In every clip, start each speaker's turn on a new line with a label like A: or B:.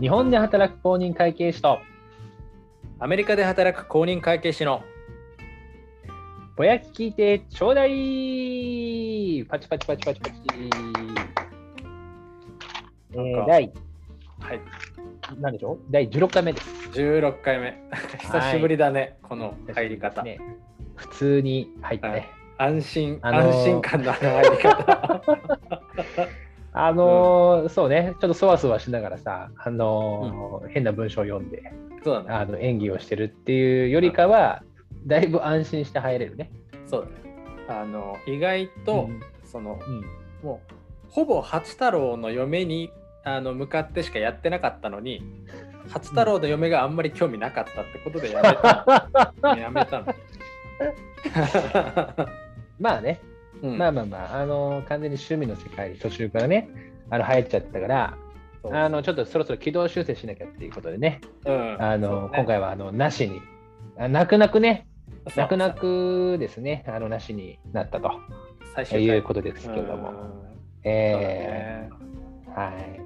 A: 日本で働く公認会計士と
B: アメリカで働く公認会計士の
A: ぼやき聞いてちょうだいパチパチパチパチパチ、え
B: なん
A: ー、
B: か
A: 第
B: はい
A: なんでしょう第16回目です
B: 16回目 久しぶりだね、この入り方、
A: ね普通に入ったね、
B: はい安心、
A: あのー
B: 安心感のある入 り方
A: あのーそうねちょっとそわそわしながらさあのー変な文章を読んで
B: そうだね
A: あの演技をしてるっていうよりかは、だいぶ安心して入れるね。
B: そうだねあの意外
A: う
B: と、
A: ん
B: その
A: うん
B: もうほぼ八太郎の嫁にあの向かってしかやってなかったのに八太郎の嫁があんまり興味なかったってことでやめたの、 やめたの、
A: まあね、
B: うん
A: まあまあまあ、あのー完全に趣味の世界に途中からね、あの入っちゃったから、
B: そう
A: あのちょっとそろそろ軌道修正しなきゃっていうことでね、
B: うん
A: あの
B: そうね
A: 今回はあのなしに、あ泣く泣くね、
B: そう
A: 泣く泣くですね、あのなしになったと
B: 最
A: い
B: 終
A: う
B: 回
A: ことですけれども。
B: うんそうだ
A: え
B: ね
A: ーはい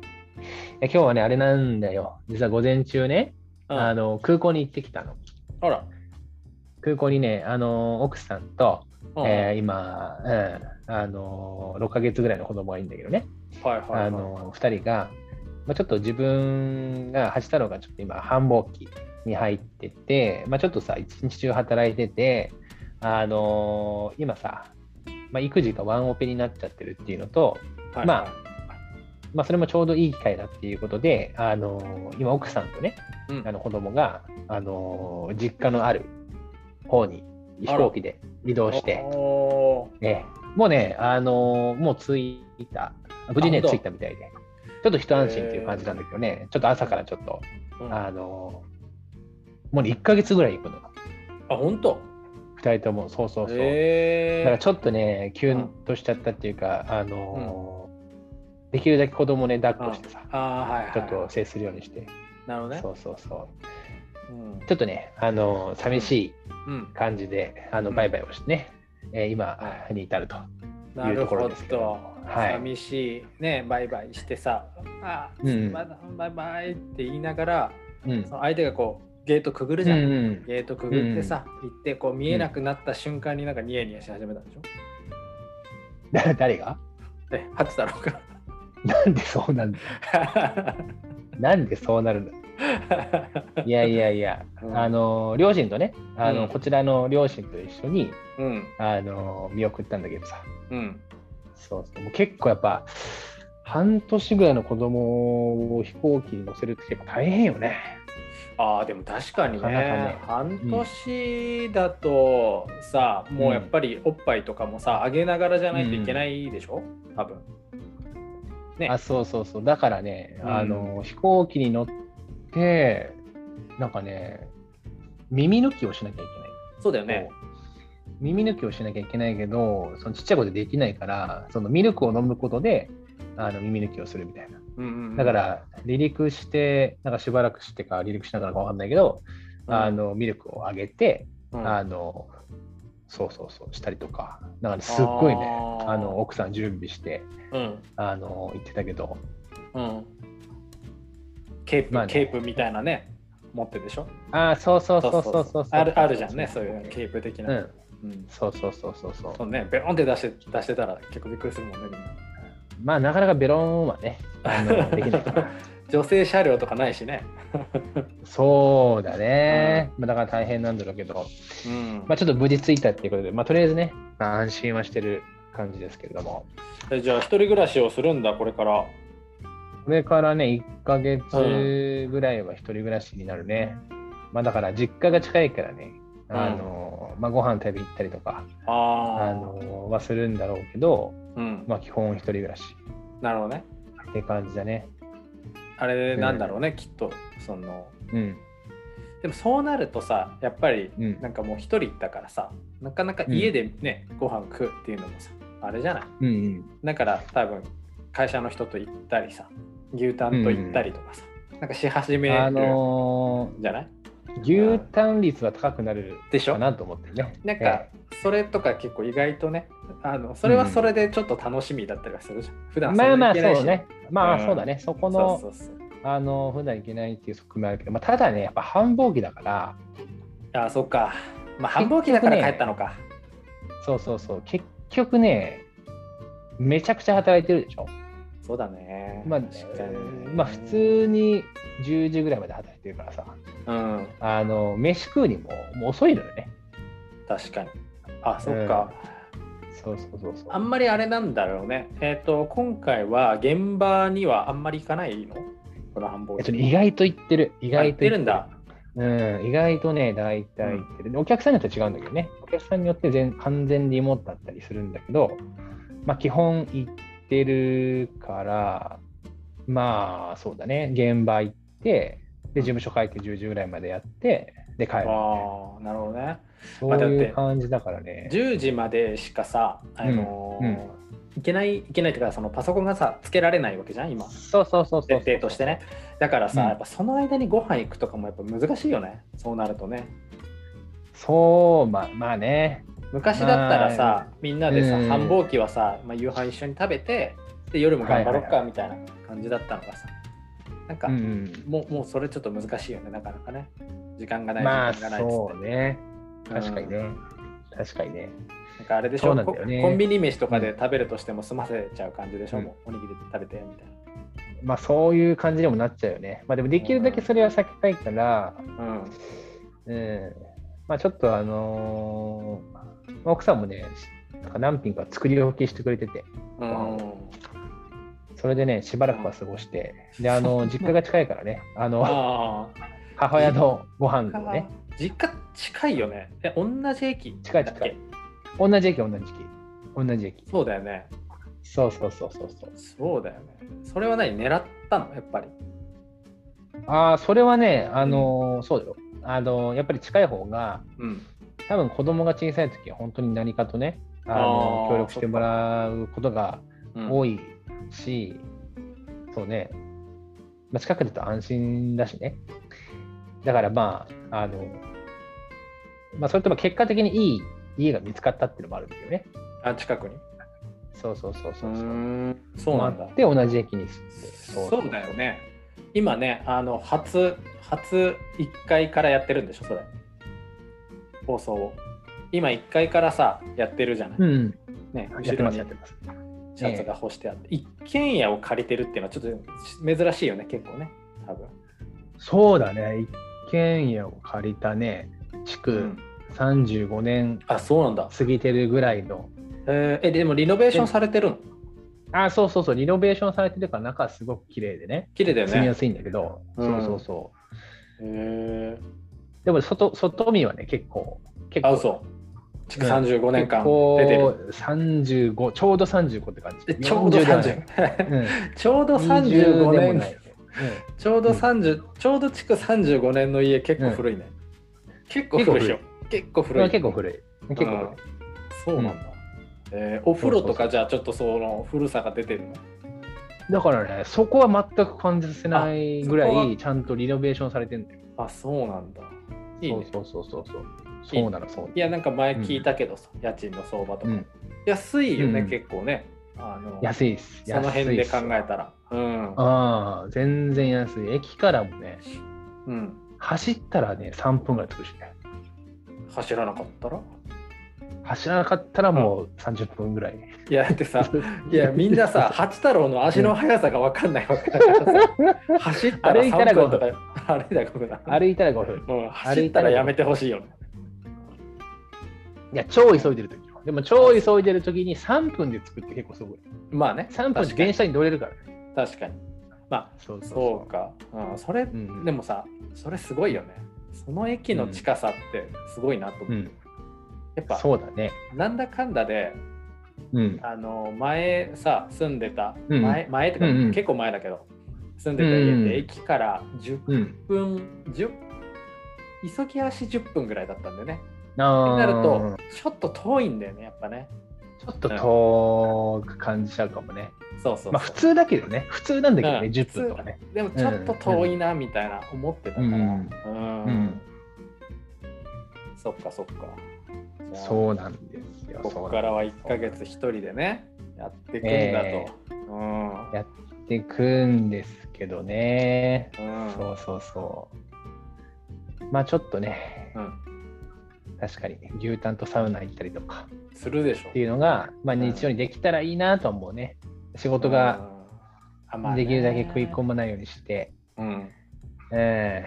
A: え今日はね、あれなんだよ、実は午前中ね、
B: うん
A: あの空港に行ってきたの。
B: ほら、
A: 空港にね、あの奥さんと、
B: うん
A: えー今、うんあの6ヶ月ぐらいの子供がいいんだけどね、
B: はいはいはい
A: あの2人が、まあ、ちょっと自分が八太郎がちょっと今繁忙期に入ってて、まあ、ちょっとさ一日中働いてて、あの今さ、まあ、育児がワンオペになっちゃってるっていうのと、
B: はい
A: まあまあ、それもちょうどいい機会だっていうことで、あの今奥さんとね
B: うん
A: あの子供があの実家のある方に飛行機で移動して、
B: おー
A: ね、もうね、あのもう着いた、無事ね、
B: あ本当
A: 着いたみたいで、ちょっと一安心っていう感じなんだけどね、ちょっと朝からちょっと、
B: うんあ
A: あのもうね1ヶ月ぐらい行くの、
B: 本当
A: 2人とも、そうそうそう。
B: え
A: だ
B: ー
A: からちょっとね、キュンとしちゃったっていうか、あのできるだけ子供ね、抱っこしてさ、
B: あーはいはい
A: ちょっと接するようにして、
B: なるほどね
A: そうそうそう。
B: うん
A: ちょっとね、あの寂しい
B: うん
A: 感じで、あの
B: うん
A: バイバイをしてね、えー今に至ると。
B: な
A: いう
B: る
A: とこ
B: ほ
A: ろ
B: ど
A: ですけどはい
B: 寂しいねバイバイしてさあ
A: うん
B: まだバイバイって言いながら
A: うん
B: その相手がこうゲートくぐる
A: う
B: じ
A: ん
B: ゃん、
A: うん
B: ゲートくぐってさ、行ってこう見えなくなった瞬間になんかニヤニヤし始めたんでしょ、
A: だ 誰が
B: で初太郎が
A: なんでそうなんだなんでそうなるんだいやいやいや、
B: うん
A: あの両親とねあの、
B: うん
A: こちらの両親と一緒に
B: うん
A: あの見送ったんだけどさ
B: うん
A: そうそうもう結構やっぱ半年ぐらいの子供を飛行機に乗せるって結構大変よね。
B: あーでも確かにね
A: なかなかね
B: 半年だとさ、もうやっぱりおっぱいとかもさ上げながらじゃないといけないでしょ、多分ね
A: あそうそうそうだからね、
B: うん
A: あの飛行機に乗ってなんかね耳抜きをしなきゃいけない。
B: そうだよね
A: 耳抜きをしなきゃいけないけどそのちっちゃいことできないからそのミルクを飲むことであの耳抜きをするみたいな
B: うんうんうん
A: だから離陸してなんかしばらくしてか離陸しながらかわかんないけど、
B: うん
A: あのミルクをあげて、
B: うん
A: あのそうそうそうしたりとかなんかねすっごいね
B: あー
A: あの奥さん準備して
B: うん
A: あの行ってたけど
B: うんケープ、
A: まあね
B: ケープみたいなね持ってるでしょ
A: ああそうそうそうそうそう
B: あるあるじゃんねそういうケープ的
A: う
B: な、
A: ん
B: うん
A: そうそうそうそうそう
B: そうねベロンって出して出してたら結構びっくりするもんねみんな
A: まあなかなかベロンはねあのできないから。
B: 女性車両とかないしね
A: そうだね、まあ、だから大変なんだろうけど、
B: うん
A: まあ、ちょっと無事着いたっていうことで、まあ、とりあえずね、まあ安心はしてる感じですけれども、
B: えじゃあ一人暮らしをするんだこれから
A: これからね、1ヶ月ぐらいは一人暮らしになるね。まあ、だから実家が近いからね、
B: うん
A: あのまあ、ご飯食べに行ったりとか、
B: ああ
A: あのはするんだろうけど、
B: うん
A: まあ、基本一人暮らし
B: なるほどね
A: って感じだね。
B: あれなんだろうね、きっとその
A: うん、
B: でもそうなるとさやっぱり
A: うん
B: なんかもう一人だからさなかなか家でね、ご飯食うっていうのもさあれじゃない
A: うん、うん。
B: だから多分会社の人と行ったりさ牛タンと行ったりとかさ、なんかし始め
A: あ
B: るん
A: の
B: じゃない、
A: ー牛タン率は高くなる
B: でしょ
A: かなと思ってるね。
B: なんかそれとか結構意外とねあのそれはそれでちょっと楽しみだったりはするじゃん、普段
A: まあまあ
B: んな行けない
A: そ
B: し
A: うね。まあ
B: うん
A: そうだね。そこ
B: そう
A: の
B: そうそう
A: あの普段行けないっていう側面あるけど、まあ、ただねやっぱ繁忙期だから
B: ああ、そっか。まあ、繁忙期だから
A: 結局ね
B: 帰ったのか。
A: そうそうそう結局ねめちゃくちゃ働いてるでしょ
B: そうだね。
A: まあ
B: 確かに
A: まあ普。通に10時ぐらいまで働いてるからさ
B: うん、
A: あの飯食うにももう遅いのよね
B: 確かに。あ、そっか。
A: そうそうそうそう
B: あんまりあれなんだろうね。えっ、と、今回は現場にはあんまり行かないのこの繁
A: え
B: 忙
A: っと
B: 期。
A: ね意外と言ってる意
B: あ
A: 外
B: 行っ
A: と言
B: てるんだ。
A: うん、意外とね、大体行ってる。でお客さんによって違うんだけどね、お客さんによって全完全リモートだったりするんだけど、まあ、基本行ってるから、まあ、そうだね、現場行って、で、事務所帰って10時ぐらいまでやって、で、帰る。
B: ああ、なるほどね。
A: そう
B: まあだっ
A: い
B: て
A: う感じだからね。
B: 10時までしかさ、あのー
A: うん
B: いけないいけないっていうかそのパソコンがさつけられないわけじゃん今
A: そうそうそうそう
B: 設定としてね。だからさ、
A: うん
B: やっぱその間にご飯行くとかもやっぱ難しいよねそうなるとね
A: そう、まあ、まあね。
B: 昔だった
A: ま
B: ら
A: あ
B: さみんなでさ、
A: うん
B: 繁忙期はさ、まあ、夕飯一緒に食べてで夜も頑張ろう
A: はいはい
B: か
A: は
B: みたいな感じだったのがさ、なんか、
A: うんうん、
B: もうもうそれちょっと難しいよねなかなかね時間がない
A: まあ、
B: 時間がないっつ
A: そうね。
B: って
A: 確かにね。確かにね。
B: なんかあれでし
A: そ
B: ょ、
A: うなん
B: コ
A: だよね
B: コンビニ飯とかで食べるとしても済ませちゃう感じでしょ、もうおにぎり食べてみたい
A: まあそういう感じにもなっちゃうよね。まあでもできるだけそれは避けたいから、
B: な。うん
A: うん、まあちょっとあのーまあ奥さんもね、なんか何品か作り置きしてくれてて、
B: うん
A: それでね、しばらくは過ごして、で、あの、実家が近いからね、あの、
B: ああ、
A: 母親のご飯を ね、
B: 実家近いよね。え、同じ駅
A: 近い
B: だっ
A: 近
B: け
A: い。同じ駅、同じ駅。同じ駅。
B: そうだよね。
A: そうそうそうそうそう。
B: そうだよね。それは何狙ったのやっぱり。
A: ああ、それはね、あのーそうだよ。あのーやっぱり近い方が、
B: うん。
A: 多分子供が小さい時は本当に何かとねあの
B: あー
A: 協力してもらうことが
B: うん
A: 多いし、そうね、まあ、近くだと安心だしねだからまああの、まあ、それとも結果的にいい家が見つかったっていうのもあるんだけどね
B: あ、近くに。
A: そうそうそうそううそう、
B: ん。そうなんだ。
A: で同じ駅に住んで
B: そうだよね。今ね、あの、初、初1階からやってるんでしょ、それ。放送を。今1階からさ、やってるじゃない。
A: うん
B: ね、
A: や
B: 後
A: って
B: ろ
A: ます
B: に
A: やってます
B: シャツが干してあって、一軒家を借りてるっていうのはちょっと珍しいよね、結構ね。多分。
A: そうだね一軒家を借りたね築35年
B: あ、そうなんだ。
A: 過ぎてるぐらいの、
B: えーえでもリノベーションされてるの
A: あそうそうそう、リノベーションされてるから中はすごく綺麗でね、
B: 綺麗だよ
A: 住みや
B: ね。
A: すいんだけど、
B: うん
A: そうそうそう。
B: へ
A: でも外、外見はね、結構、結
B: ーあ、
A: 構、
B: 嘘。築
A: うん
B: 35年
A: 結
B: 間
A: 構
B: 出てる。
A: 35、ちょうど35って感じ。
B: えちょうど
A: 40ではない。
B: 30。
A: うん、
B: ちょうど
A: 20
B: 35
A: でも
B: 年
A: ない。
B: ちょうど
A: うん
B: 30、ちょうど築35年の家結構古いね。結構古いよ。結構
A: うん、
B: 古い。
A: 結構古い。結構古い。
B: そうなんだ。えーお風呂とかじゃあちょっとその古さが出てるの
A: だからね、そこは全く感じさせないぐら、
B: あそこはい
A: ちゃんとリノベーションされてるんだよ。
B: あ、そうなんだ。いいね。
A: そうそうそうそう。
B: いいね
A: そうなの、そうなの。
B: いや、なんか前聞いたけどさ、家賃の相場とか。
A: うん
B: 安いよね、
A: うん
B: 結構ね。あの
A: 安いっす。
B: その辺で考
A: 安いっ
B: えたら。うん
A: す。ああ、全然安い。駅からもね、
B: うん。
A: 走ったらね3分ぐらい着くしね
B: 走らなかったら
A: 走らなかったらもう30分ぐらい、
B: いやだってさいやみん なさ八太郎の足の速さが分かんないわけだからさ 走ったら
A: 歩いたら
B: 3分とか
A: 5
B: 歩いたら5分だ
A: 歩いたら5分
B: もう走ったらやめてほしいよね
A: いや超急いでる時よでも超急いでる時に3分で着くって結構すごい
B: まあね
A: 3分
B: 確
A: で
B: かに
A: 電車に乗れるからね
B: 確かにま
A: そ
B: あそうかうんそれ
A: うんうん
B: でもさそれすごいよねその駅の近さってすごいなと思
A: う
B: うんやっぱ
A: そうだね
B: なんだかんだで
A: うん
B: あの前さ住んでた
A: うん
B: 前前とか
A: うんうん
B: 結構前だけど住んでた家って駅から10
A: うん
B: 分10急ぎ足10分ぐらいだったんでね
A: あ
B: って
A: ー
B: なるとちょっと遠いんだよねやっぱね
A: ちょっと遠く感じちゃうかもね、
B: そうそうそう
A: まあ普通だけどね普通なんだけどね、
B: うん
A: 10分とかね
B: でもちょっと遠いなみたいな思ってたからう、
A: うんんうん
B: そっかそっかじゃあ
A: そうなんですよ
B: こ
A: そうな
B: こか
A: んで
B: らは1ヶ月1人でねやっていくんだと、
A: えやってくんですけどね。
B: うん
A: そうそうそう。まあちょっとね、
B: うん
A: 確かに牛タンとサウナ行ったりとか
B: するでしょ
A: っていうのが、まあ、
B: うん
A: 日曜にできたらいいなとは思うね。仕事ができるだけ食い込
B: む、
A: まないようにして。
B: うん、
A: え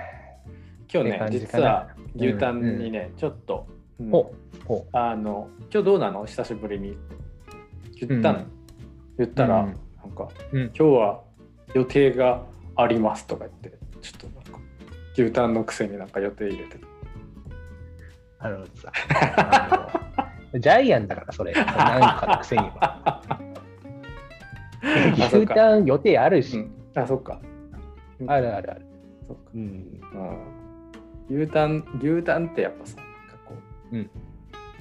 B: 今
A: って
B: 日ね
A: 感じか
B: 実
A: な
B: は牛タンにね、ちょっと、う
A: え
B: ん
A: ほうほ
B: あの今日どうなの久しぶりに言ったの、
A: うん
B: 言ったら、
A: うん
B: なんか
A: う。うん
B: 「今、日は予定があります」とか言ってちょっとなんか牛タンのくせになんか予定入 れて
A: あのさ、あの ジャイアンだから、それ。なんかのくせには。
B: たあそっ
A: 牛
B: か
A: タン予定ある
B: う
A: し。
B: んあそっか
A: あるあるある。
B: そっか
A: うん。
B: うん牛タン牛タンってやっぱさなんかこう、
A: うん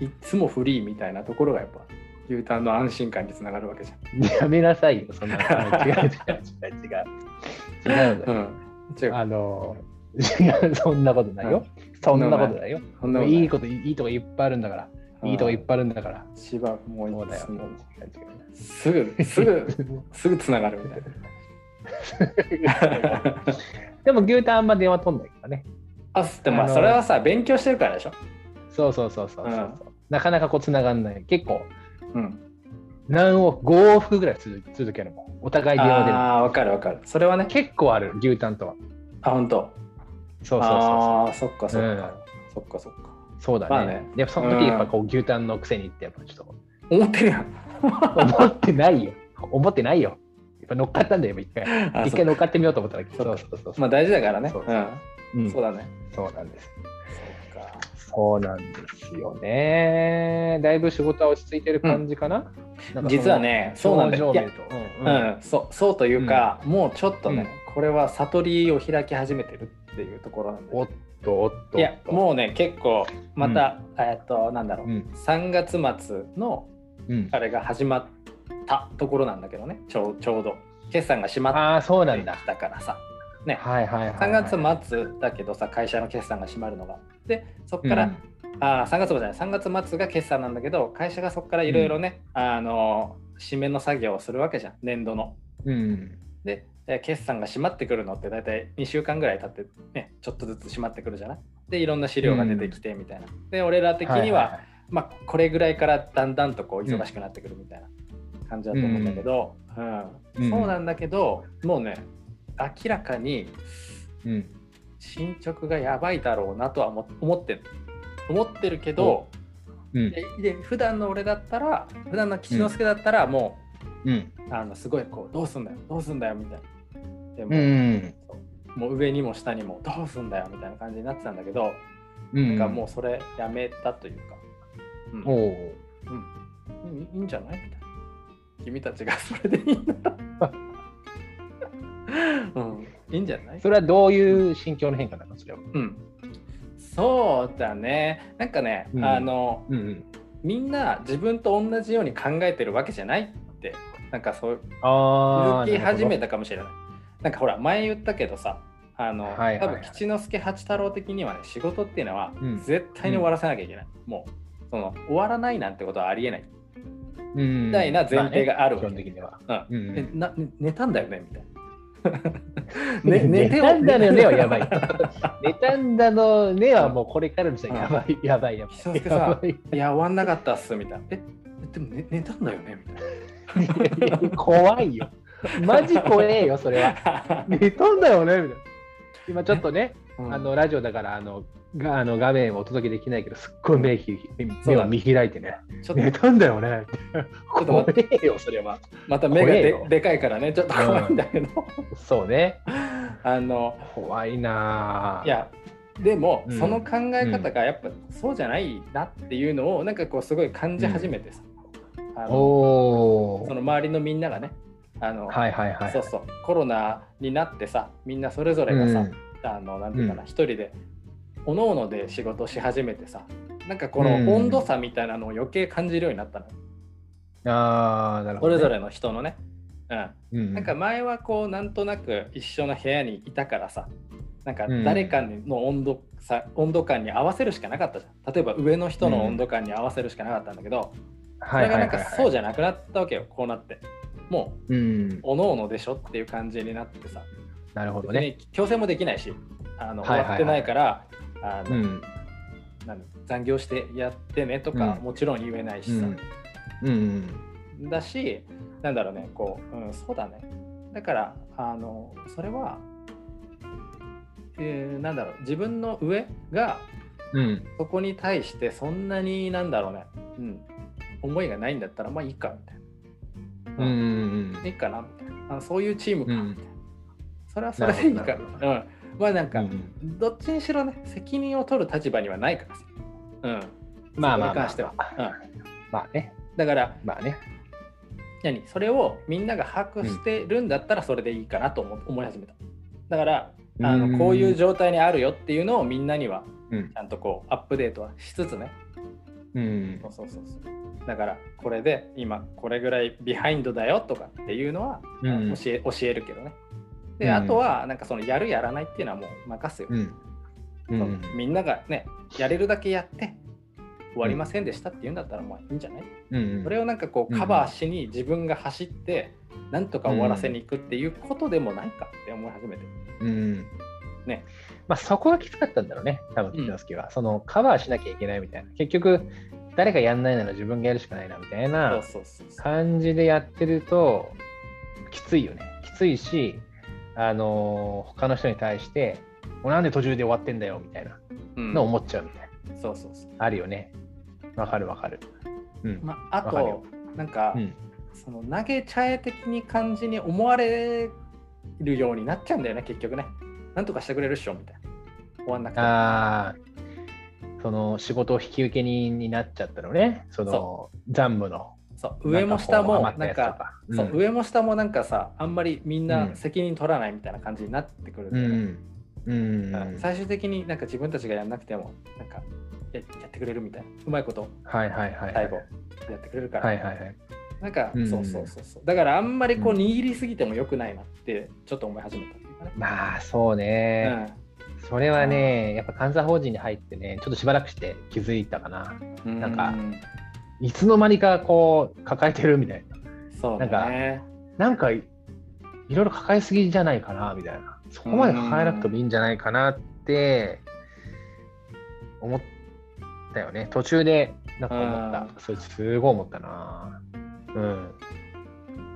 B: いつもフリーみたいなところがやっぱ牛タンの安心感につながるわけじ
A: やめなさいよ、そん な。違う違う違う違う。違うの
B: ゃん。
A: よ。
B: うん、違う
A: あの、違う、そんなことないよ。そんなことないよ。
B: そんなことない
A: いいこと、いいとこいっぱいあるんだから。いいとこいっぱいあるんだから。
B: 芝も
A: そう
B: うい
A: だ
B: つ
A: よ。
B: もすぐすぐ すぐつながるみたいな。
A: でも牛タンあんま電話取んないからね。
B: あすってま
A: あ
B: あ
A: の
B: それはさ勉強してるからでしょ。
A: そうそうそうそうそうそう、
B: う
A: なかなかこう繋がんない。結構、
B: うん。
A: 何往復、5往復ぐらい続続けるもん。お互い電話で
B: ああわかるわかる。それはね。
A: 結構ある、牛タンとは。
B: あ本当。
A: そうそうそうそう。
B: ああそっかそっかそっかそっか。
A: そうだね。
B: まあね
A: でもその時やっぱこう牛タンのくせにってやっぱちょっと
B: 思ってるやん。
A: 思ってないよ。思ってないよ。やっぱ乗っかったんだよ、今一回。
B: あ
A: 一回
B: そっか
A: 乗っかってみようと思ったら、
B: そ
A: そうう
B: か
A: そうそう。
B: まあ大事だからね。
A: そうう
B: うんん。そうだね。
A: そうなんです。
B: そっか
A: そうなんですよね。だいぶ仕事は落ち着いてる感じかな。なんかその
B: 実は、ねそうなんだよ。
A: 表
B: いや
A: 情を見ると。
B: う
A: うんうん
B: ん、そうそうというか、もうちょっとね、これは悟りを開き始めてるっていうところなんで
A: おっと、おっと。
B: いや
A: う。
B: もうね結構また、えっとなんだろう、
A: うん。
B: 3月末の
A: うん、
B: あれが始まったところなんだけどねちょうちょうど決算が閉まっ
A: ああ、そうな
B: て
A: ん
B: き
A: だ。
B: たからさ
A: はいはいはい、はい。
B: 3月末だけどさ会社の決算が閉まるのがでそっから、
A: うん
B: あー3月末じゃない3月末が決算なんだけど会社がそっからいろいろね、あの締めの作業をするわけじゃん年度の
A: うん。
B: でえー決算が閉まってくるのって大体2週間ぐらい経ってねちょっとずつ閉まってくるじゃないでいろんな資料が出てきてみたいな、で俺ら的には、
A: いいい
B: まあ、これぐらいからだんだんとこう忙しくなってくるみたいな感じだと思うんだけど、うん
A: うん
B: そうなんだけどもうね明らかに
A: うん。
B: 進捗がやばいだろうなとは思思ってる思ってるけど、
A: うん。
B: でで普段の俺だったら普段の吉之助だったらも
A: うん。
B: う、あのすごいこうどうすんだよどうすんだよみたいなでも,、
A: うん。
B: もう上にも下にもどうすんだよみたいな感じになってたんだけど、
A: うん。
B: なんかもうそれやめたというか、うん
A: おお。
B: うん、いいいいんじゃないみたいな。君たちがそれでいいんだ。うん、いいんじゃない
A: それはどういう心境の変化なのそれは。
B: うん。そうだね。なんかね、
A: うん
B: あの、
A: うんうん。
B: みんな自分と同じように考えてるわけじゃないって、なんかそう気
A: ああ。
B: づき始め
A: た。
B: たかもしれない。なんかほら、前言ったけどさ、あの、
A: はいはいはい
B: 多分吉之助八太郎的にはね、仕事っていうのは
A: うん
B: 絶対に終わらせなきゃいけない。もう、その、終わらないなんてことはありえない。
A: み
B: たいな前提があるわ
A: 基
B: け
A: 本的には。
B: うん
A: うんう
B: え
A: ん
B: な寝たんだよねみたいな。
A: ね、寝たんだのねはやばい
B: い。。
A: 寝たんだのねはもうこれからの時代やばい、やばい、やば
B: 久
A: い。
B: 々
A: や
B: さ
A: ばい。
B: いや、終わんなかったっすみたいな。え、でも寝寝たんだよねみたい
A: いやいや怖いよ。マジ怖えよ、それは。
B: な。
A: 寝たんだよねみたいな。今ちょっとね、
B: うん
A: あのラジオだからあのがあの画面をお届けできないけど、すっごい目ひ
B: そう
A: 目
B: だ
A: を見開いてね。
B: ちょっ
A: 寝
B: と
A: たんだよね。
B: ょっと
A: 怖
B: 待
A: えよ、それは。
B: また目が
A: 怖え
B: で
A: よ
B: でかいからね、ちょっと怖いんだけど。
A: そうね。
B: あの
A: 怖いなあ
B: いやでも、
A: うん
B: その考え方がやっぱそうじゃないなっていうのをなんかこうすごい感じ始めてさ、あの
A: おお
B: その周りのみんながねあの、
A: はいはいはい
B: そうそうコロナになってさみんなそれぞれがさ、あのなんていうかな
A: う
B: 一、人で各々で仕事し始めてさなんかこの
A: うん
B: 温度差みたいなのを余計感じるようになったの、
A: うん、ああなる
B: そ
A: ほど、
B: れ
A: ね、
B: ぞれの人のね、う
A: れ、うん、
B: ん、なんか前はこうなんとなく一緒の部屋にいたからさなんか誰かの温度さ温度感に合わせるしかなかったじゃん例えば上の人の温度感に合わせるしかなかったんだけど、
A: は
B: そ
A: い
B: れ
A: は
B: が
A: いは
B: なん
A: い
B: か
A: はい
B: そうじゃなくなったわけよこうなっても
A: うん
B: う、。おのおのでしょっていう感じになってさ、
A: なるほど
B: 別
A: ね。
B: に強制もできないし、あの
A: はいはいはい
B: 終わってないから、あ
A: う
B: の
A: ん。
B: なんだ残業してやってねとか、
A: うん
B: もちろん言えないしさ、
A: うん。
B: だし、なんだろうね、こう、うん、そうだね。だから、あの、それは、えーなんだろう、自分の上が、
A: うん。
B: そこに対して、そんなになんだろうね、うん、思いがないんだったら、まあいいか、みたい
A: うん。うん
B: な。いいかな、みたいな。あそういうチームか、
A: うん
B: みたいな。それはそれでいい
A: な
B: か。
A: るほ
B: うん。まあなんか、
A: うん
B: どっちにしろね、責任を取る立場にはないからさ。うん。
A: まあまあま
B: そこに関して
A: あ
B: は。うん。
A: まあね。
B: だから、
A: まあね。
B: 何それをみんなが把握してるんだったらそれでいいかなと思,、思い始めただからあ
A: うん
B: のこういう状態にあるよっていうのをみんなには
A: うん
B: ち。ゃんとこうアップデートはしつつね
A: うん
B: そ。うそうそうそうだからこれで今これぐらいビハインドだよとかっていうのは、
A: うん
B: 教え教えるけどねで、
A: うん
B: あとはなんかそのやるやらないっていうのはもう任すよ、
A: うん。う
B: そ
A: ん
B: のみんながねやれるだけやって終わりませんでしたっていうんだったらまあいいんじゃない
A: うん
B: それをなんかこう
A: うん
B: カバーしに自分が走ってなんとか終わらせに行くっていうことでもないかって思い始めて、
A: うん。
B: ね。
A: まあそこがきつかったんだろうね、多分、
B: う
A: 木
B: ん
A: 之助は。そのカバーしなきゃいけないみたいな。結局、誰がやんないなら自分がやるしかないなみたいな
B: そうそうそうそう
A: 感じでやってると、きついよね。きついし、あのー他の人に対して、もうなんで途中で終わってんだよみたいな
B: うん
A: のを思っちゃうみたいな。
B: そうそうそう
A: あるよね。わかるわかる。うん。
B: まああ
A: わかるよ
B: となんか、
A: うん
B: その投げちゃえ的に感じに思われるようになっちゃうんだよね結局ねなんとかしてくれるっしょみたいな終わんなくても
A: ああ、その仕事を引き受け人になっちゃったのね、その
B: そ
A: 残務の。
B: そう上も下も
A: なんかこう余
B: なん
A: ったやつと
B: か
A: か
B: そう上も下もなんかさあんまりみん
A: う
B: なん責任取らないみたいな感じになってくるん
A: う
B: だよね、
A: ん。うん。
B: うん最終的になんか自分たちがやんなくてもなんかややってくれるみたいなうまいこと
A: はいはいはい。
B: 最後やってくれるから、
A: はいはいはい。
B: なんか、
A: うん
B: そうそうそうそうだからあんまりこう
A: うん
B: 握りすぎてもよくないなってちょっと思い始めたっていうかね、
A: まあそうね、それはね、やっぱ監査法人に入ってね、ちょっとしばらくして気づいたかな。
B: うん、
A: なんか
B: う
A: いつの間にかこう抱えてるみたいな。
B: そうだね
A: なんかいいろいろ抱えすぎじゃないかなみたいな。そこまで抱えなくてもいいんじゃないかなって思ったよね。途中でなんか思った。それすごい思ったな。うん。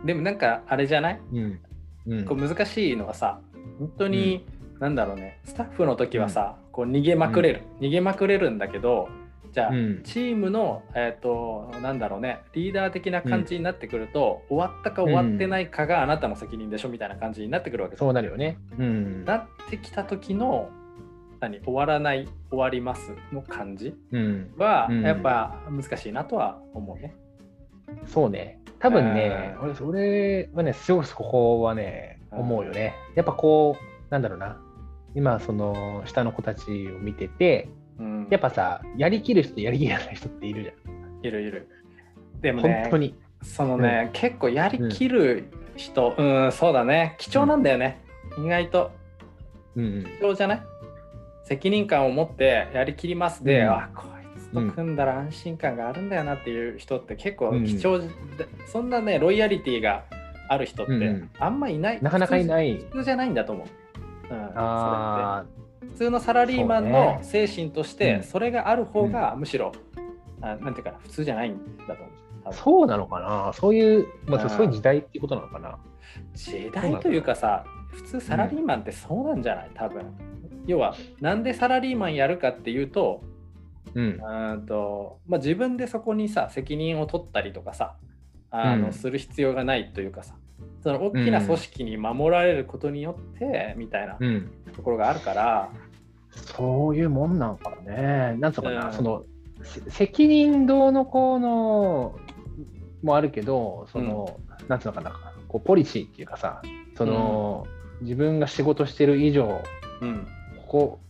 B: でもなんかあれじゃない
A: うん。うん
B: こう難しいのはさ本当に、なんだろうねスタッフの時はさ、こう逃げまくれる、逃げまくれるんだけどじゃあ、
A: うん
B: チームの、えっとなんだろうねリーダー的な感じになってくると、終わったか終わってないかがあなたの責任でしょみたいな感じになってくるわけです、
A: そうなるよね。うん。
B: なってきた時の何終わらない終わりますの感じ
A: うん、
B: は、
A: うん
B: やっぱ難しいなとは思うね。
A: そうね。多分ね、
B: あ
A: 俺それはね、すごくここはね、
B: うん
A: 思うよね。やっぱこう、なんだろうな。今、その下の子たちを見てて、
B: うん、
A: やっぱさ、やりきる人とやりきらない人っているじゃん。
B: いるいる。でもね
A: 本当に。
B: そのね、結構やりきる人、うん、そうだね、貴重なんだよね。意外と
A: うん
B: 貴重じゃない責任感を持ってやりきりますで、
A: うん
B: あ、こいつと組んだら安心感があるんだよなっていう人って結構貴重、でそんなね、ロイヤリティがある人って
A: うん
B: あんまいない。
A: なかなかい
B: い。
A: ない。
B: 普通じゃないんだと思う。うん、
A: あ
B: それって普通のサラリーマン
A: そう
B: の
A: ね
B: 精神とし
A: うん
B: てそれがある方がむしろ、あなんていうかな普通じゃないんだと思う多
A: あ、
B: 分。
A: そうなのかな。そういう、ま
B: う
A: あ、
B: ん
A: そういう時代っていうことなのかな。
B: 時代というかさ普通サラリーマンってそうなんじゃない多分要はなんでサラリーマンやるかっていうと
A: うん
B: う。ーんと、まあ、自分でそこにさ責任を取ったりとかさあの、
A: うん
B: する必要がないというかさその大きな組織に守られることによって、みたいな
A: うん。
B: ところがあるから、
A: そういうもんなんかね。なんとかな、
B: うん
A: その、せ責任どうのこうのもあるけど、その、なんつうのかな、こうポリシーっていうかさ、その、自分が仕事してる以上、
B: うん、
A: ここ、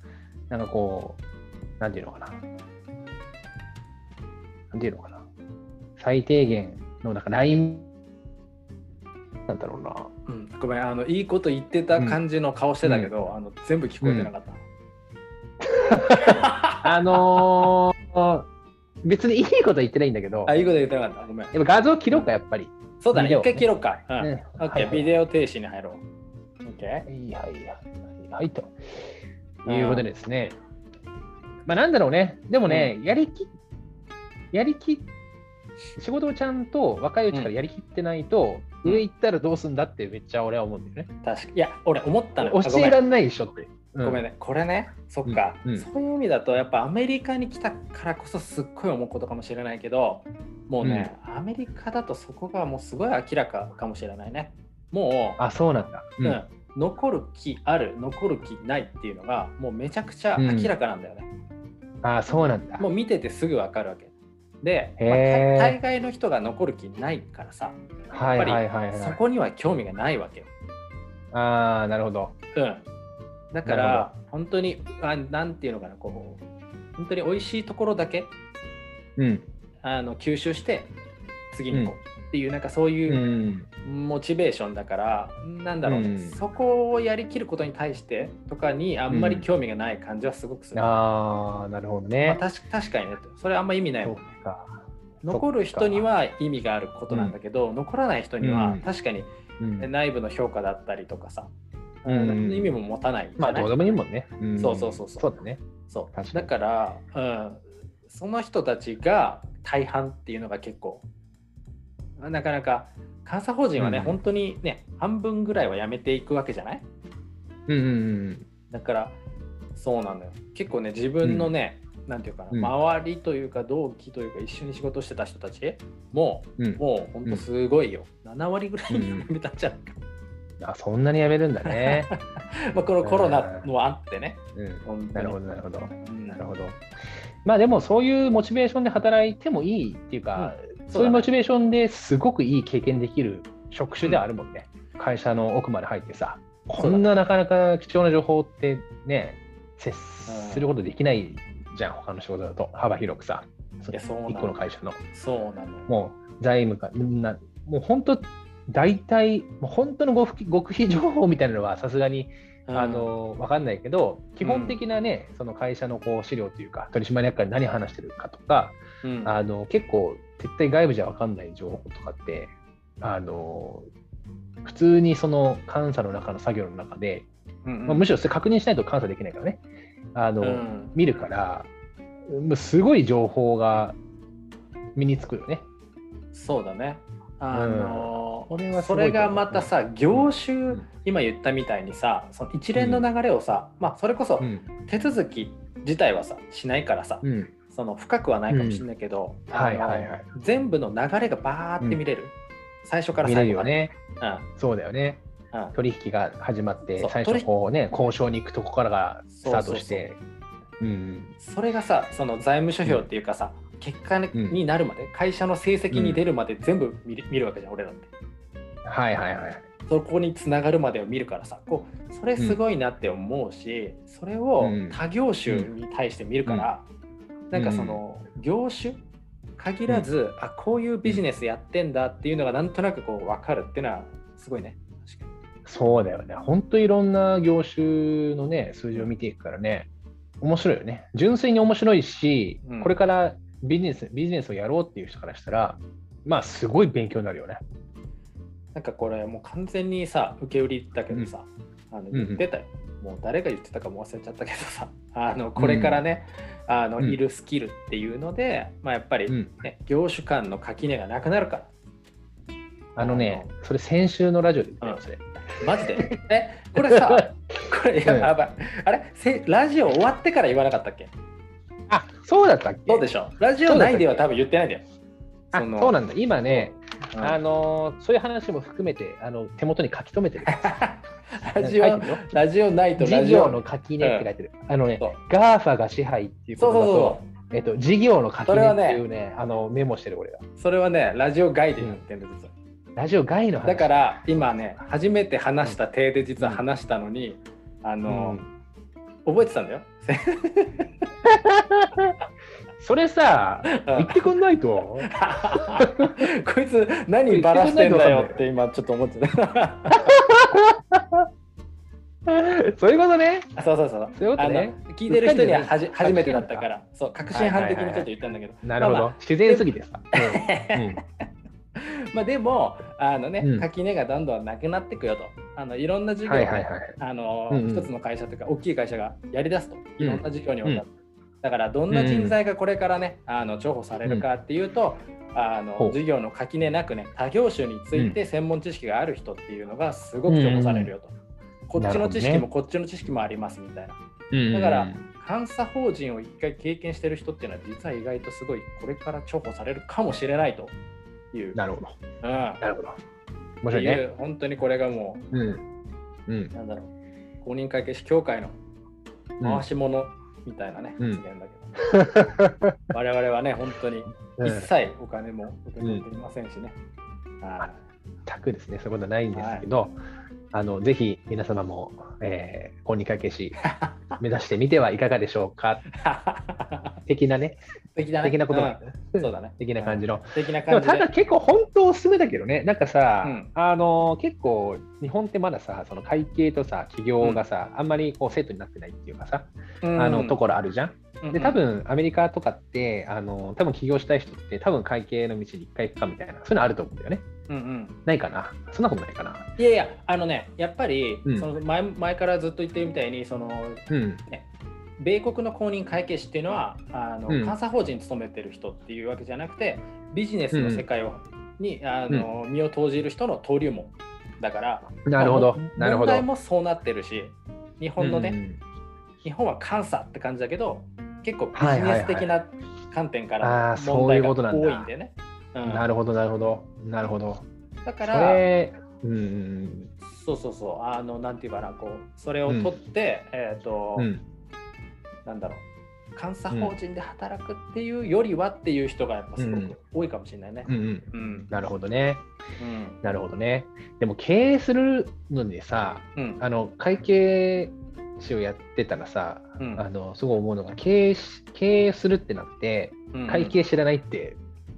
A: なんかこう、なんていうのかな。なんていうのかな。最低限の、なんかライン、なんだろうな。
B: うん、ごめんあのいいこと言ってた感じの顔してたけど、あの全部聞こえてなかった、
A: あのー別にいいことは言ってないんだけど、
B: あ
A: やっ
B: いいこと言ってなかったごめん
A: ぱ画像切ろうか、やっぱり。
B: そうだね、
A: ビデオ
B: 一
A: ね
B: 回切ろうか。うん。
A: うん
B: オッケー、ビデオ停止に入ろう。オッケー。
A: はいはいはいはいということですね。まあなんだろうね、でもね、やりき、やりき、仕事をちゃんと若いうちからやりきってないと、
B: うん
A: 上行ったらどうすんだってめっちゃ俺は思うんだよね。
B: 確かいや、俺思ったのよ。あ
A: 教えらんないでしょって。
B: ごめんごめん
A: ね。
B: ね。これね、そっか、
A: うんうん
B: そういう意味だと、やっぱアメリカに来たからこそすっごい思うことかもしれないけど、もうね、アメリカだとそこがもうすごい明らかかもしれないね。もう、
A: あ、そうなんだ。
B: うん残る気ある、残る気ないっていうのが、もうめちゃくちゃ明らかなんだよね。
A: あ、そうなんだ。
B: もう見ててすぐわかるわけ。で、まあ
A: へー
B: 大概の人が残る気ないからさ、
A: はいはいはいはい。
B: そこには興味がないわけよ。
A: ああ、なるほど。
B: うん、だか
A: なる
B: ら本当にあなんていうのかなこう本当に美味しいところだけ
A: うん。
B: あの吸収して次に行こうっていう、なんかそう
A: う。
B: いうんモチベーションだから、なんだろう、
A: うん
B: そこをやりきることに対してとかにあんまり興味がない感じはすごくする。
A: ああ、なるほど
B: まあ、
A: ね。
B: 確か確かにねそれあんま意味ない
A: そ
B: もん
A: っか。
B: 残る人には意味があることなんだけど、残らない人に
A: う
B: は
A: ん
B: 確かに
A: うん
B: 内部の評価だったりとかさ、
A: うん
B: 意味も持たないじ
A: ま
B: ゃ
A: あ、
B: ない
A: どうでもいいもんね。ん
B: そうそうそうそう
A: そうだね。
B: そ
A: 確
B: う
A: か
B: だ
A: に
B: から、うん、その人たちが大半っていうのが結構なかなか監査法人はね、
A: うん
B: 本当にね半分ぐらいはやめていくわけじゃない
A: うんうんうん。
B: だからそうなんだよ結構ね自分のね、なんていうかな、
A: うん
B: 周りというか同期というか一緒に仕事してた人たちも
A: うん、
B: もうほんとすごいよ、7割ぐらいに
A: うん
B: やめたんじゃないか、
A: あそんなにやめるんだ ね。
B: まあこのコロナもあってね、
A: うん、
B: 本当に
A: なるほど、なるほど。
B: うん
A: なるほど。まあでも、そういうモチベーションで働いてもいいっていうか、そういうモチベーションですごくいい経験できる職種ではあるもんね。会社の奥まで入ってさ、こんななかなか貴重な情報ってね、接することできないじゃん、他の仕事だと、幅広くさ、そ
B: いやそうなの
A: 一個の会社の。
B: そうなの
A: もう財務か、なもう本当、大体、もう本当の極秘極秘情報みたいなのはさすがにあの分かんないけど、基本的な、ねその会社のこう資料というか、取締役会で何話してるかとか、
B: うん
A: あの結構、絶対外部じゃ分かんない情報とかって、あの普通にその監査の中の作業の中で、
B: うん
A: まあ、むしろそれ確認しないと監査できないからね、あの
B: うん
A: 見るから、もうすごい情報が身につくよね。
B: そうだね。あのー
A: これはす
B: そ
A: ごいと思う
B: れがまたさ業種、
A: ん
B: 今言ったみたいにさその一連の流れをさ、まあ、それこそ
A: うん
B: 手続き自体はさしないからさ、
A: うん
B: その深くはないかもしれないけど、あの
A: はいはいはい
B: 全部の流れがバーって見れる、最初から
A: 見れ
B: 最
A: る
B: 後ま
A: よ
B: で。
A: ね。そうだよね。
B: うんうん
A: 取引が始まって
B: そう
A: 最初こうね交渉に行くとこからがスタートしてうん
B: それがさその財務諸表っていうかさ、結果に,、
A: うん
B: なるまで会社の成績に出るまで全部見る,、見るわけじゃん俺だって。
A: はいはいはい
B: そこにつながるまでを見るからさこうそれすごいなって思うし、それを
A: うん
B: 他業種に対して見るから、なんかその業種限らず、あこういうビジネスやってんだっていうのがなんとなくこう分かるっていうのはすごいね確かに
A: そうだよね本当いろんな業種のね数字を見ていくからね面白いよね純粋に面白いし、
B: うん
A: これからビジネスビジネスをやろうっていう人からしたらまあすごい勉強になるよね
B: なんかこれもう完全にさ受け売りだけどさ、あの
A: んう
B: 言
A: ん
B: ってたよ、もう誰が言ってたかも忘れちゃったけどさあのこれからね、あの
A: うん
B: いるスキルっていうので、まあ、やっぱり、
A: う
B: ね
A: ん
B: 業種間の垣根がなくなるから
A: あのねそれ先週のラジオで言ったよそれ
B: マジでえこれ さこれやばいやばい、あれせラジオ終わってから言わなかったっけ
A: あそうだったっけ
B: どうでしょうラジオ内では多分言ってないんだよ
A: あ
B: の
A: そうなんだ今ね、
B: うん
A: あのーそういう話も含めてあの手元に書き留めてる
B: ラジ
A: 書い
B: オ
A: てるよ
B: ラジオないとラ
A: 事
B: ジオ
A: 業の垣根って書いてる。あのね
B: そう、
A: ガーファが支配っていうこ
B: そう
A: と
B: そ
A: だ
B: う
A: と
B: そ、
A: えっと、事業の垣
B: それ
A: 根
B: は
A: って
B: ね
A: いうね、あのメモしてる俺が。
B: うそれはねラジオ外で言ってんだよ実は
A: ラジオ外の話。
B: だから今ね初めて話した手で実は話したのにあ
A: う
B: の、
A: ん、
B: 覚えてたんだよ
A: それさ、言ってくんないと。
B: こいつ何バラしてんだよって今ちょっと思ってた
A: そういうことね。
B: あそうそうそう
A: そういうこと
B: あの
A: ね。
B: 聞いてる人にははじ
A: うっか
B: 初
A: りじゃない
B: めてだったからそう確信犯的にちょっと言ったんだけど、
A: なるほ
B: まあ
A: ど。自然すぎてさ。うんうん
B: まあでもあのね、
A: うん
B: 垣根がどんどんなくなっていくよとあのいろんな事業
A: は
B: が、
A: いはいはい。
B: あの
A: うんうん
B: 一つの会社というか大きい会社がやりだすと
A: ん
B: いろんな事業にわたる、
A: う
B: だからどんな人材がこれからね、あの重宝されるかっていうと、あ
A: ほ
B: の
A: う
B: 事業の垣根なくね他業種について専門知識がある人っていうのがすごく重宝されるよと、こっちの知
A: な
B: 識
A: る
B: も
A: ほ
B: こっちの知識もありますみたいな
A: うん
B: だから監査法人を一回経験してる人っていうのは実は意外とすごいこれから重宝されるかもしれないという、
A: なるほど。
B: うん、
A: なるほど。面
B: っ
A: 白
B: て
A: い
B: い
A: ね。
B: う本当にこれがも
A: うん。うん
B: う。なんだろう公認会計士協会の回し物みたいなね、
A: うん
B: 発言だけど、 我々はね本当に
A: うん
B: 一切お金も受け取っていませんしね、はい
A: 全くですね、そういうことないんですけど、あのぜひ皆様も、えー、公認会計 士目指してみてはいかがでしょうか、的なね、
B: 素敵だね
A: 的なことだ、
B: うんそうだね
A: 的な感じの。
B: 素敵な
A: でも
B: 感じ
A: た
B: で
A: だ結構本当おすすめだけどね、なんかさ、
B: うん
A: あの結構日本ってまださ、その会計とさ、企業がさ、あんまりこうセットになってないっていうかさ、あのところあるじゃん。
B: ろ
A: で多分アメリカとかってあの多分起業したい人って多分会計の道に一回行くかみたいなそういうのあると思うんだよね
B: うんうん
A: ないかなそんなことないかない
B: やいや、あのね、やっぱり、
A: うん
B: その前前からずっと言ってるみたいに、その
A: うん
B: 米国の公認会計士っていうのは、あの
A: うん
B: 監査法人に勤めてる人っていうわけじゃなくて、ビジネスの世界を、にあの、身を投じる人の登竜門だから、
A: なるほど
B: まあ
A: なるほ
B: 問題
A: ど
B: もそうなってるし、日本のね、
A: うん
B: 日本は監査って感じだけど、結構ビジネス的な観点か
A: あ
B: ら
A: ー
B: 問
A: そうい
B: 題が
A: うことなん
B: 多
A: だ
B: いんでね。うん
A: なるほどなるほどなるほど
B: だか
A: そ
B: ら、
A: れうん
B: そうそうそう、あの、なんていうかな、こう、それを取って、えっ、と、
A: うん
B: なんだろう監査法人で働くっていうよりはっていう人がやっぱすご
A: うん
B: く多いかもしれないね
A: うんう。ん
B: うん
A: なるほどね
B: うん
A: なるほどねでも経営するのにさ
B: うん
A: あの会計士をやってたらさ、
B: うん
A: あのすごい思うのが経営し経営するってなって
B: うん
A: 会
B: い
A: 計知らないって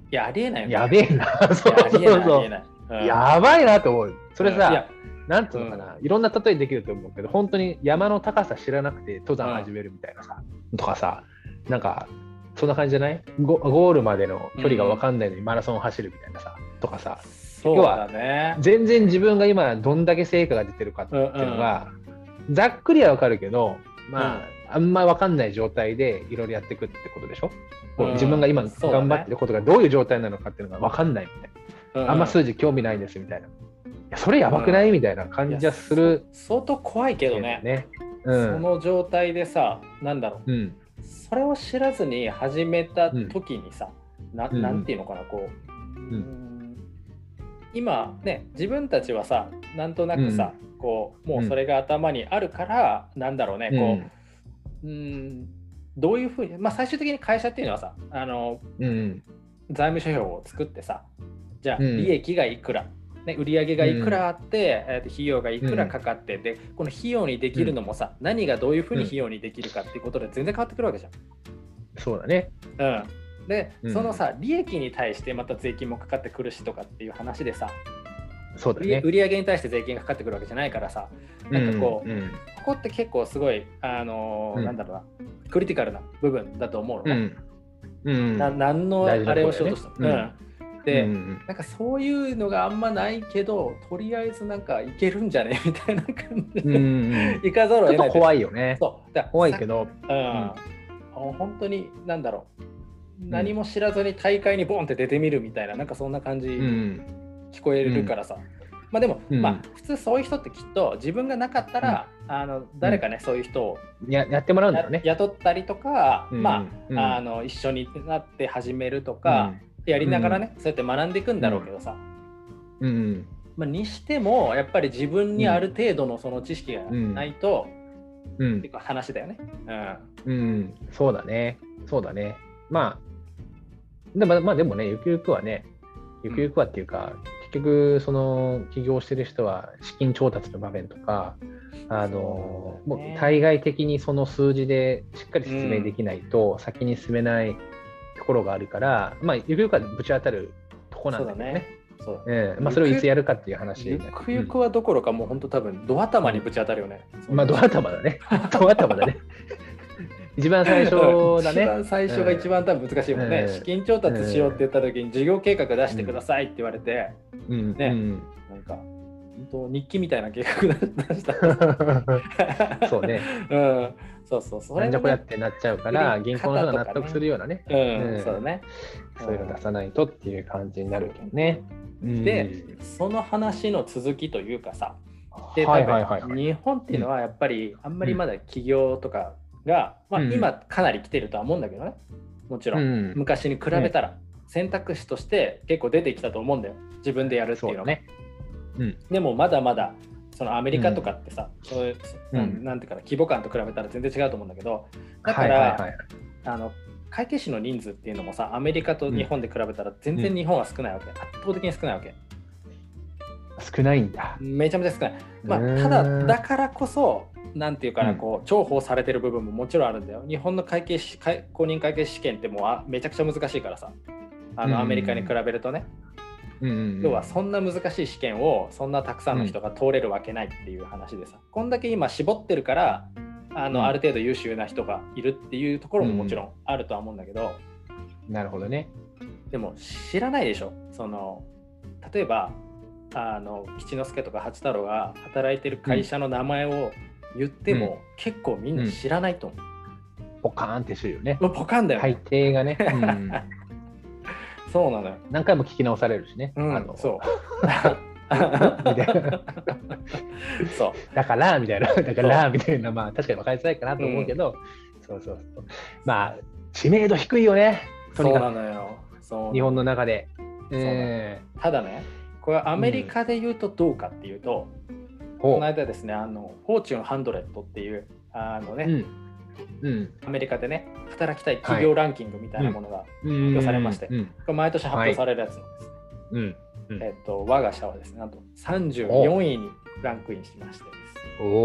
B: やありえないよね
A: やべえな、
B: い
A: そう
B: やあ
A: そう
B: りえないあ
A: そう
B: りえないうん
A: やばいなと思う。それ
B: うんい
A: さ
B: や、
A: なんつうのかな、いろんな例えできると思うけど、本当に山の高さ知らなくて登山始めるみたいなさ、とかさ、なんか、そんな感じじゃないゴゴールまでの距離が分かんないのにマラソンを走るみたいなさ、とかさ、
B: そうだね
A: 全然自分が今どんだけ成果が出てるかっていうのが、ざっくりは分かるけど、まあ、あんま分かんない状態でいろいろやっていくってことでしょ、こう
B: うん
A: 自分が今
B: そうだ
A: 頑
B: ね
A: 張ってることがどういう状態なのかっていうのが分かんないみたいな。
B: う
A: あんま数
B: 字
A: 字興味ないんですみたいな。いやそれやばくない、みたいな感じはする
B: 相当怖いけ
A: け
B: ど
A: ど
B: ね
A: ね。う
B: そ
A: ん。
B: の状態でさなんだろ
A: うん。
B: うそれを知らずに始めた時にさな
A: うん
B: なんていうのかなこう
A: うん
B: うん今ね自分たちはさなんとなくさこうもうそれが頭にあるからなんだろうねこううーんどういうふうに、まあ、最終的に会社っていうのはさあの
A: うん。うん。
B: 財務諸表を作ってさじゃあ
A: うん
B: 利益がいくら、ね、売上がいくらあって、えーと費用がいくらかかって、でこの費用にできるのもさ、何がどういうふうに費用にできるかっていうことで全然変わってくるわけじゃん。
A: そうだね。
B: うん、で
A: うん
B: そのさ利益に対してまた税金もかかってくるしとかっていう話でさ、
A: そうだ
B: 売り
A: ね。
B: 売上に対して税金がかかってくるわけじゃないからさなんかこう、
A: うんうん
B: ここって結構すごいあのー
A: うん
B: なんだろうなクリティカルな部分だと思うのね。
A: うん。うん。
B: な何のあ
A: 大事な
B: れをしようとしたの、
A: ことだよね
B: うんで、
A: うん
B: なんかそういうのがあんまないけどとりあえずなんかいけるんじゃねみたいな感じ
A: うんう
B: で、
A: んうん。
B: いかざるを
A: ちょ
B: 得
A: っ
B: な
A: と
B: い
A: 怖いよね。
B: そうだから
A: 怖いけど。
B: さうんあの本当に何だろう何も知らずに大会にボンって出てみるみたいななんかそんな感じ
A: うん。
B: 聞こえるからさ、まあでも、
A: うん
B: まあ普通そういう人ってきっと自分がなかったら、あの誰かね、そういう人を
A: ややってもらうんだ
B: や、
A: よね。
B: 雇ったりとか、ま
A: あ
B: ああの一緒になって始めるとか、、やりながらね、そうやって学んでいくんだろうけどさ、
A: うんうん。
B: まあ、にしてもやっぱり自分にある程度のその知識がないと、
A: うんうん
B: っていうか話だよね。
A: うん、そうだね。そうだね。まあ、でも、まあでもね、ゆくゆくはね、ゆくゆくはっていうか、結局、その、起業してる人は、資金調達の場面とか、あの、
B: そうだ
A: も
B: ね
A: う対外的にその数字でしっかり説明できないと、先に進めないところがあるから、まあ、ゆくゆくはぶち当たるとこなんだよね。
B: うん、そうだね
A: ええまあ、それをいつやるかっていう話
B: ゆ
A: になる
B: くゆくはどころかもう本当多分ド頭にぶち当たるよね。
A: うんまあ、ド頭だね。ド頭だね。一番最初だ
B: 一
A: ね。
B: 番最初が一番多分難しいもんね、
A: うん
B: 資金調達しようって言った時に事業計画出してくださいって言われて、
A: うん
B: ね
A: うん
B: なんか本当日記みたいな計画出し た
A: そうね。
B: うん、そうそうそ
A: な
B: れ
A: んじ
B: で
A: ゃこりゃ
B: ね
A: ってなっちゃうから、銀行の人が納得するようなね、
B: うん
A: うん
B: そうだね
A: そういうの出さないとっていう感じになるけどね。うん
B: で、その話の続きというかさで
A: はいはいはい
B: 多
A: は
B: 分
A: い。
B: 日本っていうのはやっぱりあんまりまだ企業とかが、
A: う
B: ま
A: ん
B: あ、今かなり来てるとは思うんだけどねもちろ、
A: うんん
B: 昔に比べたら選択肢として結構出てきたと思うんだよ自分でやるって
A: そ
B: いう
A: う
B: の
A: だ
B: が
A: ね。
B: でもまだまだそのアメリカとかってさ、そういう
A: うん
B: うんなんていうかな規模感と比べたら全然違うと思うんだけどだか
A: はい
B: ら、
A: はいはい。
B: あの会計士の人数っていうのもさアメリカと日本で比べたら全然日本は少ないわけ、圧倒的に少ないわけ
A: 少ないんだ。
B: めちゃめちゃ少ない、まあ
A: うーん
B: ただだからこそなんていうか
A: う
B: なんこう重宝されてる部分ももちろんあるんだよ日本の会計士会公認会計士試験ってもうあめちゃくちゃ難しいからさあ
A: うん
B: のアメリカに比べるとね、
A: うんうんうん
B: 要はそんな難しい試験をそんなたくさんの人が通れるわけないっていう話でさ、こんだけ今絞ってるからあの、
A: うん
B: ある程度優秀な人がいるっていうところももちろんあるとは思うんだけど、
A: なるほどね。
B: でも知らないでしょその例えばあの吉之助とか八太郎が働いてる会社の名前を言っても、結構みんな知らないと思う、
A: ポカーンってするよね。
B: もうポカンだよ、
A: 背景 がね、うん
B: そうなのよ、
A: 何回も聞き直されるしね。
B: うん
A: あの
B: そう
A: みたいな
B: そう
A: だからみたいな、だか
B: そ
A: らみたいな、まあ確かに分かりづらいかなと思うけど、そうそうそう。まあ、知名度低いよね、とに
B: そう
A: か
B: な
A: く
B: のよそうなの
A: 日本の中で。
B: うなの
A: え
B: ただねこれアメリカで言うとどうかっていうと、
A: ーほ
B: この間ですねあのフォーチュンハンドレットっていうあのね、
A: うんうん
B: アメリカでね働きたい企業ランキングみたいなものが、
A: うん
B: 表されまして
A: うん
B: これ毎年発表されるやつなんですね、
A: うん、はい
B: えっと我が社はですねなんと34位にランクインしましてですね
A: お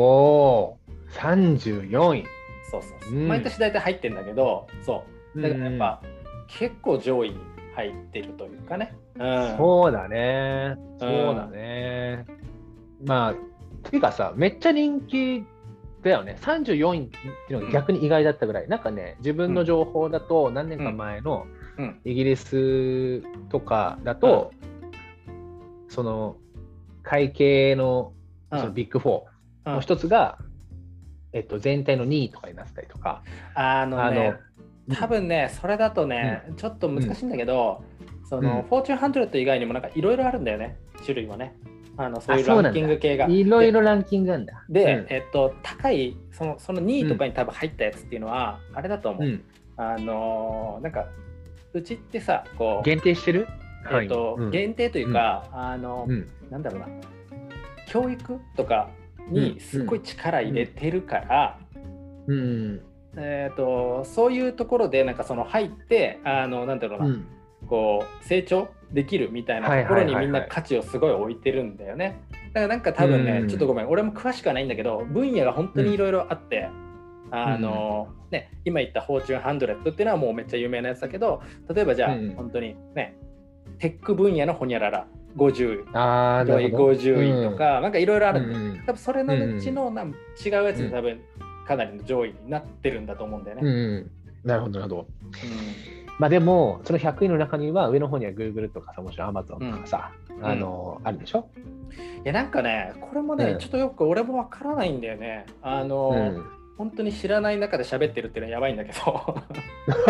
A: おー、34位。
B: そうそうそう、
A: うん
B: 毎年大体入ってんだけどそうだからやっぱ、結構上位に入ってるというかね、うん、
A: そうだね。そうだね。まあ、ていうかさ、めっちゃ人気だよね。34位っていうのが逆に意外だったぐらい。なんかね、自分の情報だと、何年か前の
B: うん
A: イギリスとかだと、その会計の
B: うん
A: そのビッグ4
B: う
A: の
B: ん
A: 一つが、えっと、全体の2位とかになってたりとか。
B: あのね
A: の
B: 多分ねそれだとね、ちょっと難しいんだけど、そ
A: う
B: の、
A: ん
B: フォーチュンハンドレット以外にもなんかいろいろあるんだよね種類もねあのそういう
A: そうなんだ
B: ランキング系が
A: いろいろランキングなんだ。
B: で、でえっと高いそのその2位とかに多分入ったやつっていうのは、あれだと思
A: う
B: う、
A: ん、うん
B: あのーなんかうちってさこう
A: 限定してる
B: えっと
A: うん
B: 限定というか、あの
A: うん
B: なんだろうな教育とかにすごい力入れてるから、
A: うん
B: えっとそういうところでなんかその入ってあのなんだろうな、
A: うん
B: こう成長できるみたいなところにみんな価値をすごい置いてるんだよね。だからなんか多分ね、
A: うん
B: ちょっとごめん俺も詳しくはないんだけど分野が本当にいろいろあって、あのね、今言った「フォーチュンハンドレット」っていうのはもうめっちゃ有名なやつだけど例えばじゃあ、
A: うん
B: 本当にねテック分野のホニャララ50
A: ああ、な
B: 位
A: るほど
B: 50位と、か、なんかいろいろあるんだよ
A: うんうん
B: 多分それのうちのな、違うやつで多分かなりの上位になってるんだと思うんだよね。
A: うんうんなるほど、なるほど。まあでも、その100位の中には、上の方には Google とかさ、もちろん Amazon とかさ、
B: ん
A: あの、あるでしょ
B: いやなんかねこれもね、
A: うん
B: ちょっとよく俺もわからないんだよねあの、
A: うん。
B: 本当に知らない中で喋ってるっていうのはやばいんだ けど